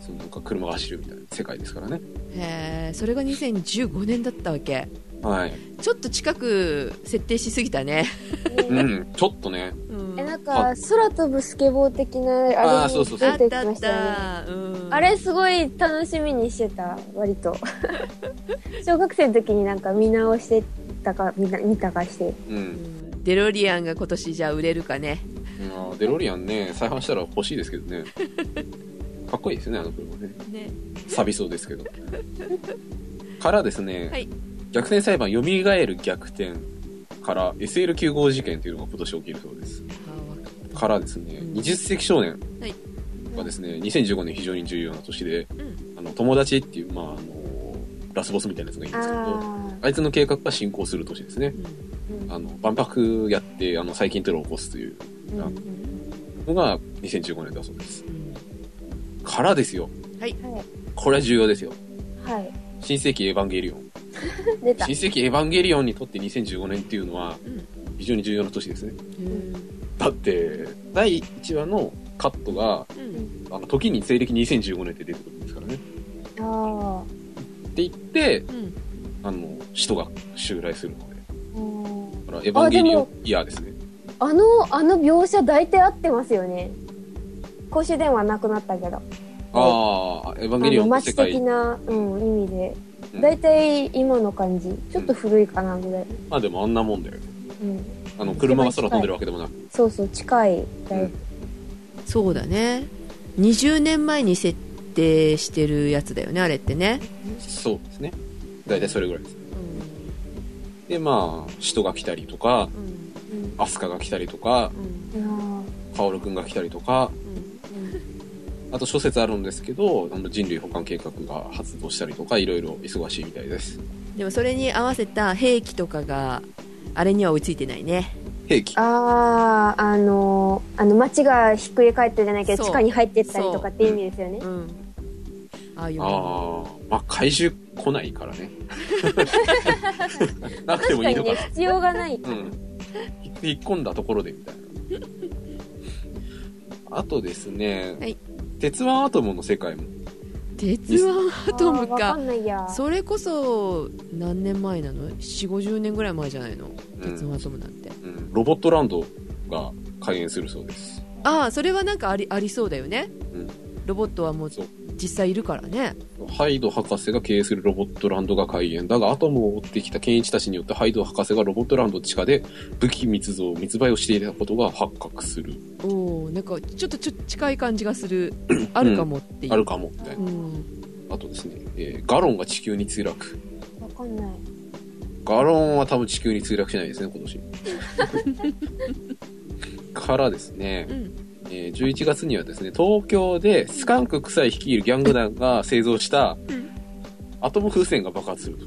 [SPEAKER 1] そのなんか車が走るみたいな世界ですからね。
[SPEAKER 3] へえそれが2015年だったわけ
[SPEAKER 1] はい。
[SPEAKER 3] ちょっと近く設定しすぎたね、
[SPEAKER 1] う
[SPEAKER 2] ね
[SPEAKER 1] ん、ちょっとね。
[SPEAKER 3] うん、
[SPEAKER 2] え、な
[SPEAKER 3] あ
[SPEAKER 2] んか、空飛ぶスケボー的な、あ
[SPEAKER 1] あー
[SPEAKER 2] れ
[SPEAKER 1] そう
[SPEAKER 2] に
[SPEAKER 1] そう
[SPEAKER 2] つ
[SPEAKER 1] そう
[SPEAKER 2] いて
[SPEAKER 3] っ
[SPEAKER 2] き
[SPEAKER 3] たあ
[SPEAKER 2] ま
[SPEAKER 3] っ
[SPEAKER 2] したね。
[SPEAKER 3] た、うん、
[SPEAKER 2] あれすごい楽しみにしてた、割と。 小学生の時になんか見直してたか、見な見たかして。
[SPEAKER 1] う。
[SPEAKER 3] うんんデロリアンが今年じゃあ売れるかね
[SPEAKER 1] いやーデロリアンね、再販したら欲しいですけど ね。かっこいいですね、あの車ね。
[SPEAKER 3] ね
[SPEAKER 1] 錆びそうですけど。からですね、
[SPEAKER 3] はい
[SPEAKER 1] 逆転裁判、蘇る逆転から SL95 事件というのが今年起きるそうです。
[SPEAKER 3] あーわかった
[SPEAKER 1] からですね、
[SPEAKER 3] うん
[SPEAKER 1] 20世紀少年
[SPEAKER 3] はい
[SPEAKER 1] がですね、2015年非常に重要な年で、
[SPEAKER 3] うん
[SPEAKER 1] あの、友達っていう、まあ、あの、ラスボスみたいなやつがいるん
[SPEAKER 2] あ
[SPEAKER 1] ですけど、
[SPEAKER 2] ー
[SPEAKER 1] あいつの計画が進行する年ですね。
[SPEAKER 2] うん
[SPEAKER 1] あの、万博やって、あの、細菌テロを起こすという
[SPEAKER 3] うん
[SPEAKER 1] あのが2015年だそうです。
[SPEAKER 3] うん
[SPEAKER 1] からですよ。
[SPEAKER 2] はい。
[SPEAKER 1] これは重要ですよ。
[SPEAKER 2] はい。
[SPEAKER 1] 新世紀エヴァンゲリオン。
[SPEAKER 2] 出た。
[SPEAKER 1] 新世紀エヴァンゲリオンにとって2015年っていうのは
[SPEAKER 3] うん
[SPEAKER 1] 非常に重要な年ですね。
[SPEAKER 3] うん
[SPEAKER 1] だって、第1話のカットが、
[SPEAKER 3] うん
[SPEAKER 1] あの、時に西暦2015年って出てくるんですからね。
[SPEAKER 2] あー
[SPEAKER 1] って言って、
[SPEAKER 3] うん
[SPEAKER 1] あの、使徒が襲来するので。
[SPEAKER 2] うん
[SPEAKER 1] だからエヴァンゲリオ
[SPEAKER 2] あ
[SPEAKER 1] ンイヤーですね。
[SPEAKER 2] あの、あの描写大体合ってますよね。公衆電話なくなったけど。
[SPEAKER 1] ああ、エヴァンゲリオンの世
[SPEAKER 2] 街
[SPEAKER 1] 界
[SPEAKER 2] 的。な、うん、意味で
[SPEAKER 1] うん。
[SPEAKER 2] 大体今の感じ。ちょっと古いかな、ぐらい。
[SPEAKER 1] まあでもあんなもんだよ。
[SPEAKER 2] うん。
[SPEAKER 1] あの、車が空飛んでるわけでもなく。
[SPEAKER 2] そうそう、近い。だいぶ
[SPEAKER 3] そうだね20年前に設定してるやつだよねあれってね、
[SPEAKER 1] そうですね。大体それぐらいです。で、まあ、使徒が来たりとか、
[SPEAKER 3] うん
[SPEAKER 2] うん
[SPEAKER 1] アスカが来たりとか、
[SPEAKER 3] うん
[SPEAKER 2] いやー
[SPEAKER 1] カオルくんが来たりとか、あと諸説あるんですけど、あの人類保管計画が発動したりとか、いろいろ忙しいみたいです。
[SPEAKER 3] でもそれに合わせた兵器とかがあれには追いついてないね
[SPEAKER 1] 兵器。
[SPEAKER 2] あー、あのー、あの、街がひっくり返ってじゃないけど、
[SPEAKER 3] そう
[SPEAKER 2] 地下に入ってったりとかって意味ですよね
[SPEAKER 3] う。んああいう
[SPEAKER 1] あ
[SPEAKER 3] の
[SPEAKER 1] あ、まあ、怪獣来ないから ね。 なくて
[SPEAKER 2] 確
[SPEAKER 1] も
[SPEAKER 2] か
[SPEAKER 1] いい
[SPEAKER 2] に
[SPEAKER 1] のか
[SPEAKER 2] ね、
[SPEAKER 1] な。
[SPEAKER 2] 必要がない。
[SPEAKER 1] うん。引っ込んだところでみたいな。あとですね、
[SPEAKER 3] はい
[SPEAKER 1] 鉄腕アトムの世界も。
[SPEAKER 3] 鉄腕アトム
[SPEAKER 2] あーわ
[SPEAKER 3] か
[SPEAKER 2] かんないや。
[SPEAKER 3] それこそ何年前なの4 5 0年ぐらい前じゃないの
[SPEAKER 1] うん
[SPEAKER 3] 鉄腕アトムなんて、
[SPEAKER 1] うんロボットランドが開園するそうです。
[SPEAKER 3] ああそれはなんかありありそうだよね、
[SPEAKER 1] うん
[SPEAKER 3] ロボットはもう
[SPEAKER 1] そう
[SPEAKER 3] 実際いるからね
[SPEAKER 1] ハイド博士が経営するロボットランドが開園だが、アトムを追ってきたケンイチたちによってハイド博士がロボットランド地下で武器密造、密売をしていたことが発覚する。
[SPEAKER 3] おおんかちょっとちょ近い感じが するあるかもっていう、
[SPEAKER 1] あるかも、みたいうな。
[SPEAKER 3] ん
[SPEAKER 1] あとですね、えーガロンが地球に墜落。
[SPEAKER 2] わかんない。
[SPEAKER 1] ガロンは多分地球に墜落しないですね、今年。からですね
[SPEAKER 3] う、ん
[SPEAKER 1] えー11月にはですね、東京でスカンク臭い率いるギャング団が製造した
[SPEAKER 3] ん
[SPEAKER 1] アトム風船が爆発すると。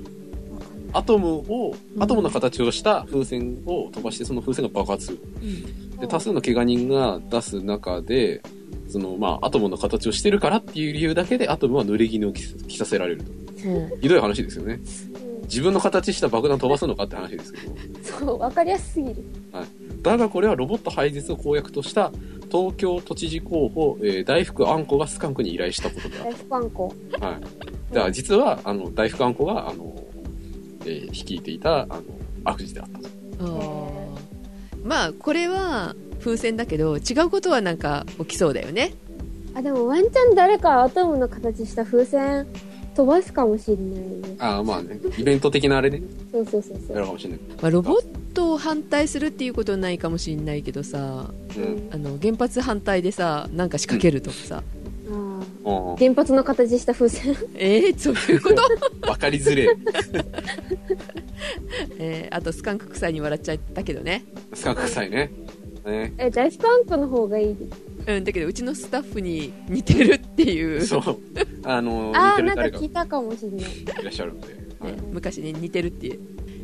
[SPEAKER 1] アトムを、
[SPEAKER 3] うん
[SPEAKER 1] アトムの形をした風船を飛ばしてその風船が爆発する。
[SPEAKER 3] うん
[SPEAKER 1] で、多数の怪我人が出す中で、その、まあ、アトムの形をしてるからっていう理由だけでアトムは濡れ衣を着せ着させられると。ひどい話ですよね。自分の形した爆弾飛ばすのかって話ですけど。
[SPEAKER 2] そう、わかりやすすぎる。
[SPEAKER 1] だがこれはロボット廃絶を公約とした東京都知事候補、えー大福あんこがスカンクに依頼したことであ
[SPEAKER 2] ライフパンコ。
[SPEAKER 1] る。はい。だから実は、あの、大福あんこが、あの、えー率いていた、あの、悪事であったと。
[SPEAKER 3] あーまあこれは風船だけど違うことはなんか起きそうだよね
[SPEAKER 2] あ、でもワンチャン誰かアトムの形した風船飛ばすかもしれないね。
[SPEAKER 1] ああ、まあね、イベント的なあれで、ね、
[SPEAKER 2] そうそうそうそ
[SPEAKER 1] やる
[SPEAKER 2] う。
[SPEAKER 1] かもしれない
[SPEAKER 3] まあ、ロボットを反対するっていうことはないかもしれないけどさ
[SPEAKER 1] けど。うん。
[SPEAKER 3] あの原発反対でさなんか仕掛けるとかさ、
[SPEAKER 2] あー
[SPEAKER 1] あ
[SPEAKER 2] 原発の形した風船。
[SPEAKER 3] えー、そうい うこと、
[SPEAKER 1] あ、わかりづれえ。
[SPEAKER 3] えーあとスカンク臭いに笑っちゃったけどね、
[SPEAKER 1] スカンク臭いね。ね。
[SPEAKER 2] え、大福あんこの方がいい。
[SPEAKER 3] うん、だけどうちのスタッフに似てるっていう、
[SPEAKER 1] そう。あの、似
[SPEAKER 2] あ
[SPEAKER 1] て
[SPEAKER 2] ー、な
[SPEAKER 1] る
[SPEAKER 2] んか
[SPEAKER 1] 誰か
[SPEAKER 2] 聞いたかもしれない。
[SPEAKER 1] いらっしゃるんで。は
[SPEAKER 3] ね
[SPEAKER 1] い、
[SPEAKER 3] 昔ね似てるっていう、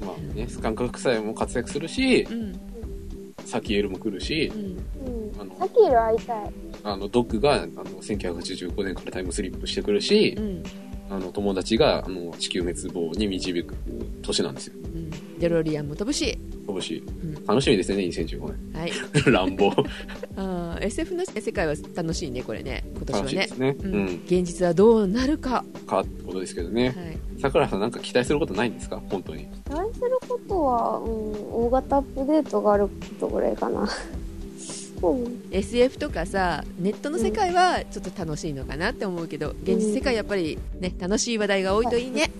[SPEAKER 1] まあね、スカンク臭いも活躍するし
[SPEAKER 3] う、ん
[SPEAKER 1] サキエルも来るし
[SPEAKER 3] う、ん、
[SPEAKER 2] うん
[SPEAKER 1] あの
[SPEAKER 2] サキール会いたい。
[SPEAKER 1] あの、ドックが、あの、1985年からタイムスリップしてくるし
[SPEAKER 3] う、ん
[SPEAKER 1] あの、友達が、あの、地球滅亡に導く年なんですよ。
[SPEAKER 3] うんデロリアンも飛ぶし、
[SPEAKER 1] 楽しい。
[SPEAKER 3] う
[SPEAKER 1] 楽しみですね、2015
[SPEAKER 3] ん、はい
[SPEAKER 1] 年。 乱暴。
[SPEAKER 3] あー SF の世界は楽しいねこれね今年は
[SPEAKER 1] 楽しいで
[SPEAKER 3] ね
[SPEAKER 1] すね。う。
[SPEAKER 3] うんん、現実はどうなるか、
[SPEAKER 1] かってことですけど
[SPEAKER 3] は
[SPEAKER 1] ね。
[SPEAKER 3] い、
[SPEAKER 1] 桜さんなんか期待することないんですか本当に。
[SPEAKER 2] 期待することは、うん、大型アップデートがあることぐらいかな。 うん、
[SPEAKER 3] SF とかさネットの世界はちょっと楽しいのかなって思うけど現実世界やっぱりね楽しい話題が多いといいね、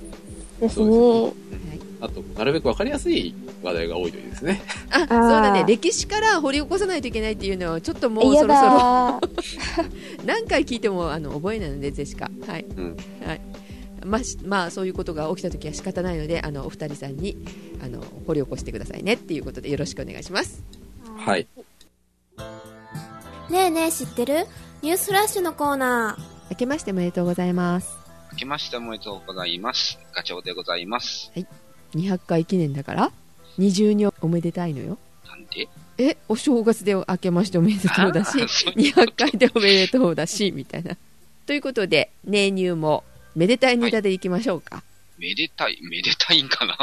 [SPEAKER 2] です
[SPEAKER 1] そう
[SPEAKER 2] ね。
[SPEAKER 1] あと、なるべくわかりやすい話題が多いといいですね。
[SPEAKER 3] あそうだね歴史から掘り起こさないといけないっていうのはちょっともう
[SPEAKER 2] え
[SPEAKER 3] そろそろ
[SPEAKER 2] だー。
[SPEAKER 3] 何回聞いてもあの覚えないのでゼシカはい、
[SPEAKER 1] うん
[SPEAKER 3] はいまあしまあ、そういうことが起きた時は仕方ないのであのお二人さんにあの掘り起こしてくださいねっていうことでよろしくお願いします
[SPEAKER 1] はい。
[SPEAKER 4] ねえねえ知ってるニュースフラッシュのコーナー。
[SPEAKER 3] 明けましておめでとうございます
[SPEAKER 5] 明けましておめでとうございます。ガチョウでございます。
[SPEAKER 3] 200回記念だから二重におめでたいのよ
[SPEAKER 5] なんで
[SPEAKER 3] えお正月で明けましておめでとうだし
[SPEAKER 5] あーそういうこと
[SPEAKER 3] 200回でおめでとうだしみたいなということで年入もめでたいネタでいきましょうか、
[SPEAKER 5] めでたい、 めでたいんかな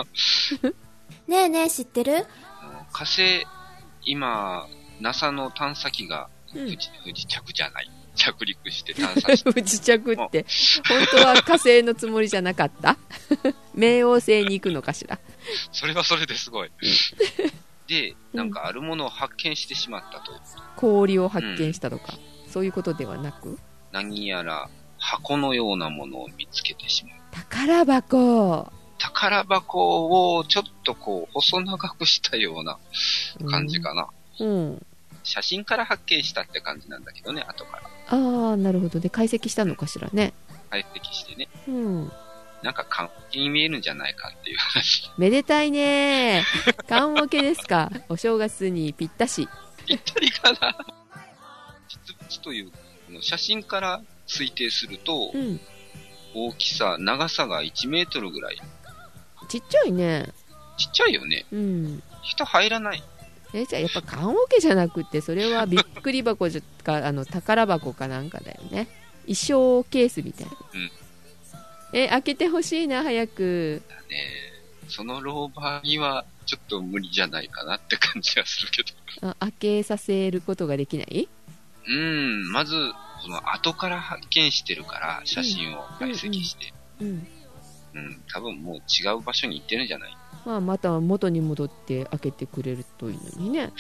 [SPEAKER 4] ねえねえ知ってる
[SPEAKER 5] 火星、今、NASA の探査機が
[SPEAKER 3] うん
[SPEAKER 5] 不時、不時着じゃない。着陸して探 査して、
[SPEAKER 3] 不時着って 本当は火星のつもりじゃなかった 冥王星に行くのかしら
[SPEAKER 5] それはそれですごい。で、なんかあるものを発見してしまったと。
[SPEAKER 3] 氷を発見したとか、そういうことではなく
[SPEAKER 5] 何やら箱のようなものを見つけてしまう。
[SPEAKER 3] 宝箱
[SPEAKER 5] 宝箱をちょっとこう、細長くしたような感じかな。
[SPEAKER 3] うん、うん
[SPEAKER 5] 写真から発見したって感じなんだけどね、後から。
[SPEAKER 3] ああなるほどで解析したのかしらね
[SPEAKER 5] 解析してね。
[SPEAKER 3] うん
[SPEAKER 5] なんか完璧に見えるんじゃないかっていう話。
[SPEAKER 3] めでたい ねー棺桶ですかお正月にぴったし
[SPEAKER 5] ぴったりかな。実物というか、あの写真から推定すると、
[SPEAKER 3] うん
[SPEAKER 5] 大きさ、長さが1メートルぐらい。
[SPEAKER 3] ちっちゃいね
[SPEAKER 5] ちっちゃいよね。
[SPEAKER 3] うん
[SPEAKER 5] 人入らない。
[SPEAKER 3] えじゃあやっぱ棺桶じゃなくてそれはびっくり箱じゃかあの宝箱かなんかだよね衣装ケースみたいな、
[SPEAKER 5] うん
[SPEAKER 3] え開けてほしいな早く
[SPEAKER 5] だね。その老婆にはちょっと無理じゃないかなって感じはするけど。
[SPEAKER 3] あ開けさせることができない、
[SPEAKER 5] うーん、まず、その後から発見してるから、写真を解析して。
[SPEAKER 3] うん
[SPEAKER 5] うん、多分もう違う場所に行ってるんじゃない
[SPEAKER 3] まあ、また元に戻って開けてくれるといいのに ね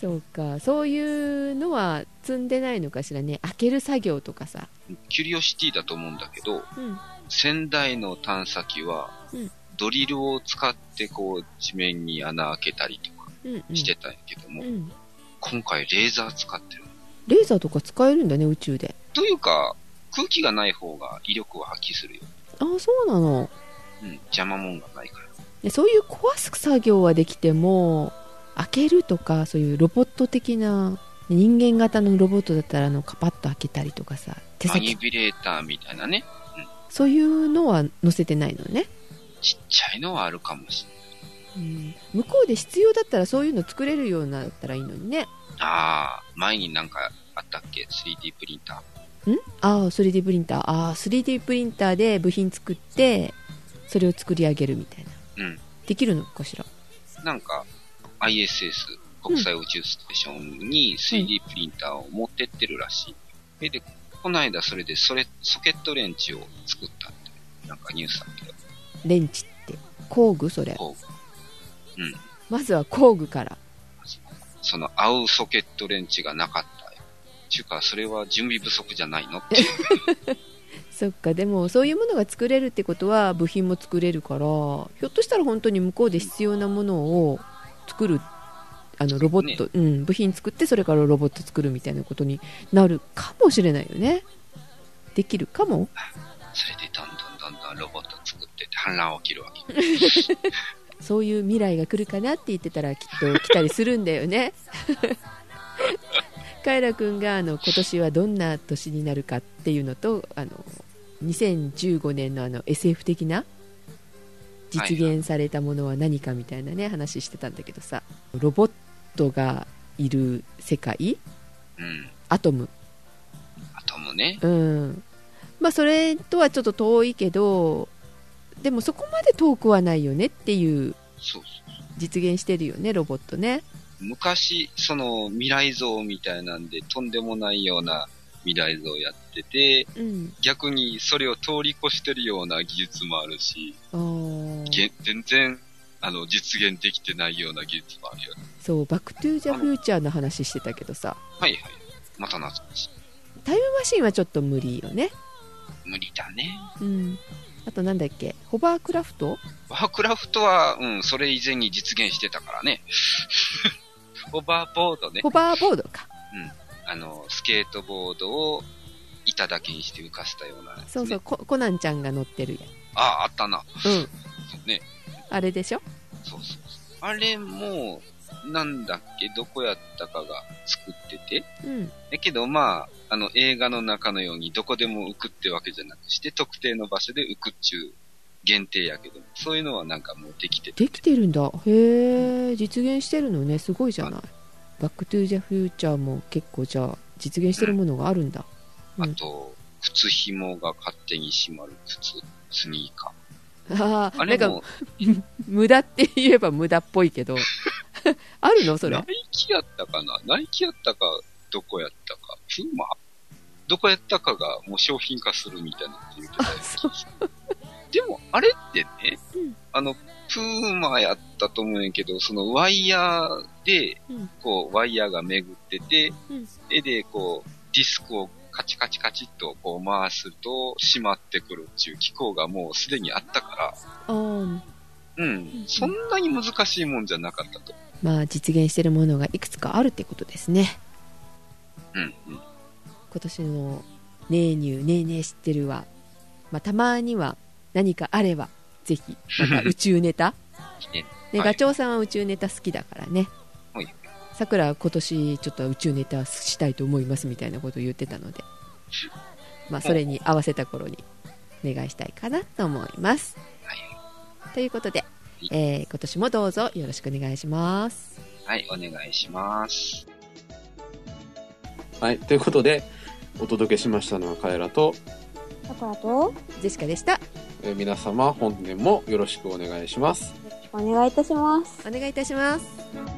[SPEAKER 3] そうかそういうのは積んでないのかしらね開ける作業とかさ、
[SPEAKER 5] キュリオシティだと思うんだけど、
[SPEAKER 3] うん、
[SPEAKER 5] 仙台の探査機は、
[SPEAKER 3] うん
[SPEAKER 5] ドリルを使ってこう地面に穴開けたりとか
[SPEAKER 3] うんうん
[SPEAKER 5] してたんやけども、
[SPEAKER 3] うん
[SPEAKER 5] 今回レーザー使ってる。
[SPEAKER 3] レーザーとか使えるんだね宇宙で
[SPEAKER 5] というか、空気がない方が威力を発揮するよ。
[SPEAKER 3] ああそうなの
[SPEAKER 5] うん、邪魔もんがないから。
[SPEAKER 3] でそういう壊す作業はできても開けるとかそういうロボット的な人間型のロボットだったらあのカパッと開けたりとかさ手
[SPEAKER 5] マニ
[SPEAKER 3] 先
[SPEAKER 5] ビレーターみたいなね。
[SPEAKER 3] そういうのは載せてないのね、
[SPEAKER 5] ちっちゃいのはあるかもしれ
[SPEAKER 3] うん、向こうで必要だったらそういうの作れるようになったらいいのにね
[SPEAKER 5] ない。ああ、前になんかあったっけ ?3D プリンタ
[SPEAKER 3] んああ 3D プリンターああ 3D プリンターで部品作ってそれを作り上げるみたいな、
[SPEAKER 5] うん
[SPEAKER 3] できるのかしら
[SPEAKER 5] ー。なんか、ISS、国際宇宙ステーションに 3D プリンターを持ってってるらしい。えで、こないだそれでそれ、ソケットレンチを作ったって。なんかニュースだったけど。
[SPEAKER 3] レンチって工具それ
[SPEAKER 5] こう
[SPEAKER 3] まずは工具から
[SPEAKER 5] その合うソケットレンチがなかった。ちゅうか、それは準備不足じゃないのっていう。
[SPEAKER 3] そっかでもそういうものが作れるってことは部品も作れるからひょっとしたら本当に向こうで必要なものを作るあのロボット、うん、部品作ってそれからロボット作るみたいなことになるかもしれないよねできるかも
[SPEAKER 5] それでどんどんどんどんロボット作ってって反乱起きるわけ。
[SPEAKER 3] そういう未来が来るかなって言ってたらきっと来たりするんだよねカイラくんがあの今年はどんな年になるかっていうのとあの2015年のあの SF 的な実現されたものは何かみたいなね話してたんだけどさロボットがいる世界
[SPEAKER 5] うん。
[SPEAKER 3] アトム
[SPEAKER 5] あともね、
[SPEAKER 3] うんまあそれとはちょっと遠いけどでもそこまで遠くはないよねっていう
[SPEAKER 5] そうそう。
[SPEAKER 3] 実現してるよねロボットね
[SPEAKER 5] 昔、その未来像みたいなんで、とんでもないような未来像やってて、
[SPEAKER 3] うん
[SPEAKER 5] 逆にそれを通り越してるような技術もあるし、
[SPEAKER 3] あー
[SPEAKER 5] げ全然、あの、実現できてないような技術もあるよね。
[SPEAKER 3] そう「バック・トゥ・ザ・フューチャー」の話してたけどさ
[SPEAKER 5] はいはい。また夏だし。
[SPEAKER 3] タイムマシンはちょっと無理よね
[SPEAKER 5] 無理だね。
[SPEAKER 3] うんあとなんだっけホバークラフト
[SPEAKER 5] ワークラフトは、うん、それ以前に実現してたからね。 ホバーボードね。
[SPEAKER 3] ホバーボードか
[SPEAKER 5] あの、スケートボードを板だけにして浮かせたような、ね。
[SPEAKER 3] そうそう。ココナンちゃんが乗ってるや
[SPEAKER 5] ああ、あったな。
[SPEAKER 3] つうん
[SPEAKER 5] そうね。
[SPEAKER 3] あれでしょ
[SPEAKER 5] そうそうそう。あれも、なんだっけ、どこやったかが作ってて。
[SPEAKER 3] うん
[SPEAKER 5] だけど、まあ、あの、映画の中のようにどこでも浮くってわけじゃなくして、特定の場所で浮くっちゅう限定やけど、そういうのはなんかもうできてて
[SPEAKER 3] できてるんだへえ実現してるのねすごいじゃない「バック・トゥ・ザ・フューチャー」も結構じゃあ実現してるものがあるんだ
[SPEAKER 5] あと、靴紐が勝手に閉まる靴、スニーカー。
[SPEAKER 3] ああ
[SPEAKER 5] あ
[SPEAKER 3] な
[SPEAKER 5] れ
[SPEAKER 3] んか
[SPEAKER 5] も、
[SPEAKER 3] 無駄って言えば無駄っぽいけどあるのそれ
[SPEAKER 5] ナイキやったかなナイキやったか、どこやったか、フーマどこやったかがもう商品化するみたいなって言ってたよ
[SPEAKER 3] あそう
[SPEAKER 5] でも、あれってね、
[SPEAKER 3] うん
[SPEAKER 5] あの、プーマやったと思うんやけど、そのワイヤーで
[SPEAKER 3] うん、
[SPEAKER 5] こう、ワイヤーが巡ってて、
[SPEAKER 3] うん
[SPEAKER 5] 絵で、こう、ディスクをカチカチカチっとこう回すと閉まってくるっていう機構がもうすでにあったか
[SPEAKER 3] あー
[SPEAKER 5] ら、うん、
[SPEAKER 3] ん
[SPEAKER 5] そんなに難しいもんじゃなかったと。
[SPEAKER 3] まあ実現してるものがいくつかあるってことですね
[SPEAKER 5] うん、うん。
[SPEAKER 3] 今年の「ねえニューねえねえ知ってるわ」まあ、たまには何かあればぜひまた宇宙ネ タ
[SPEAKER 5] ね
[SPEAKER 3] ね、
[SPEAKER 5] はい
[SPEAKER 3] ガチョウさんは宇宙ネタ好きだからね
[SPEAKER 5] はい
[SPEAKER 3] さくらは今年ちょっと宇宙ネタしたいと思いますみたいなことを言ってたので、まあ、それに合わせた頃にお願いしたいかなと思います
[SPEAKER 5] はい
[SPEAKER 3] ということで、えー今年もどうぞよろしくお願いします
[SPEAKER 5] はい、お願いします。
[SPEAKER 1] はい、ということで、お届けしましたのはカエラと、
[SPEAKER 2] だからと、よ
[SPEAKER 3] ジェシカでした
[SPEAKER 1] えー皆様本年もよろしくお願いします。
[SPEAKER 2] ろしくお願いいたします。
[SPEAKER 3] お願いいたします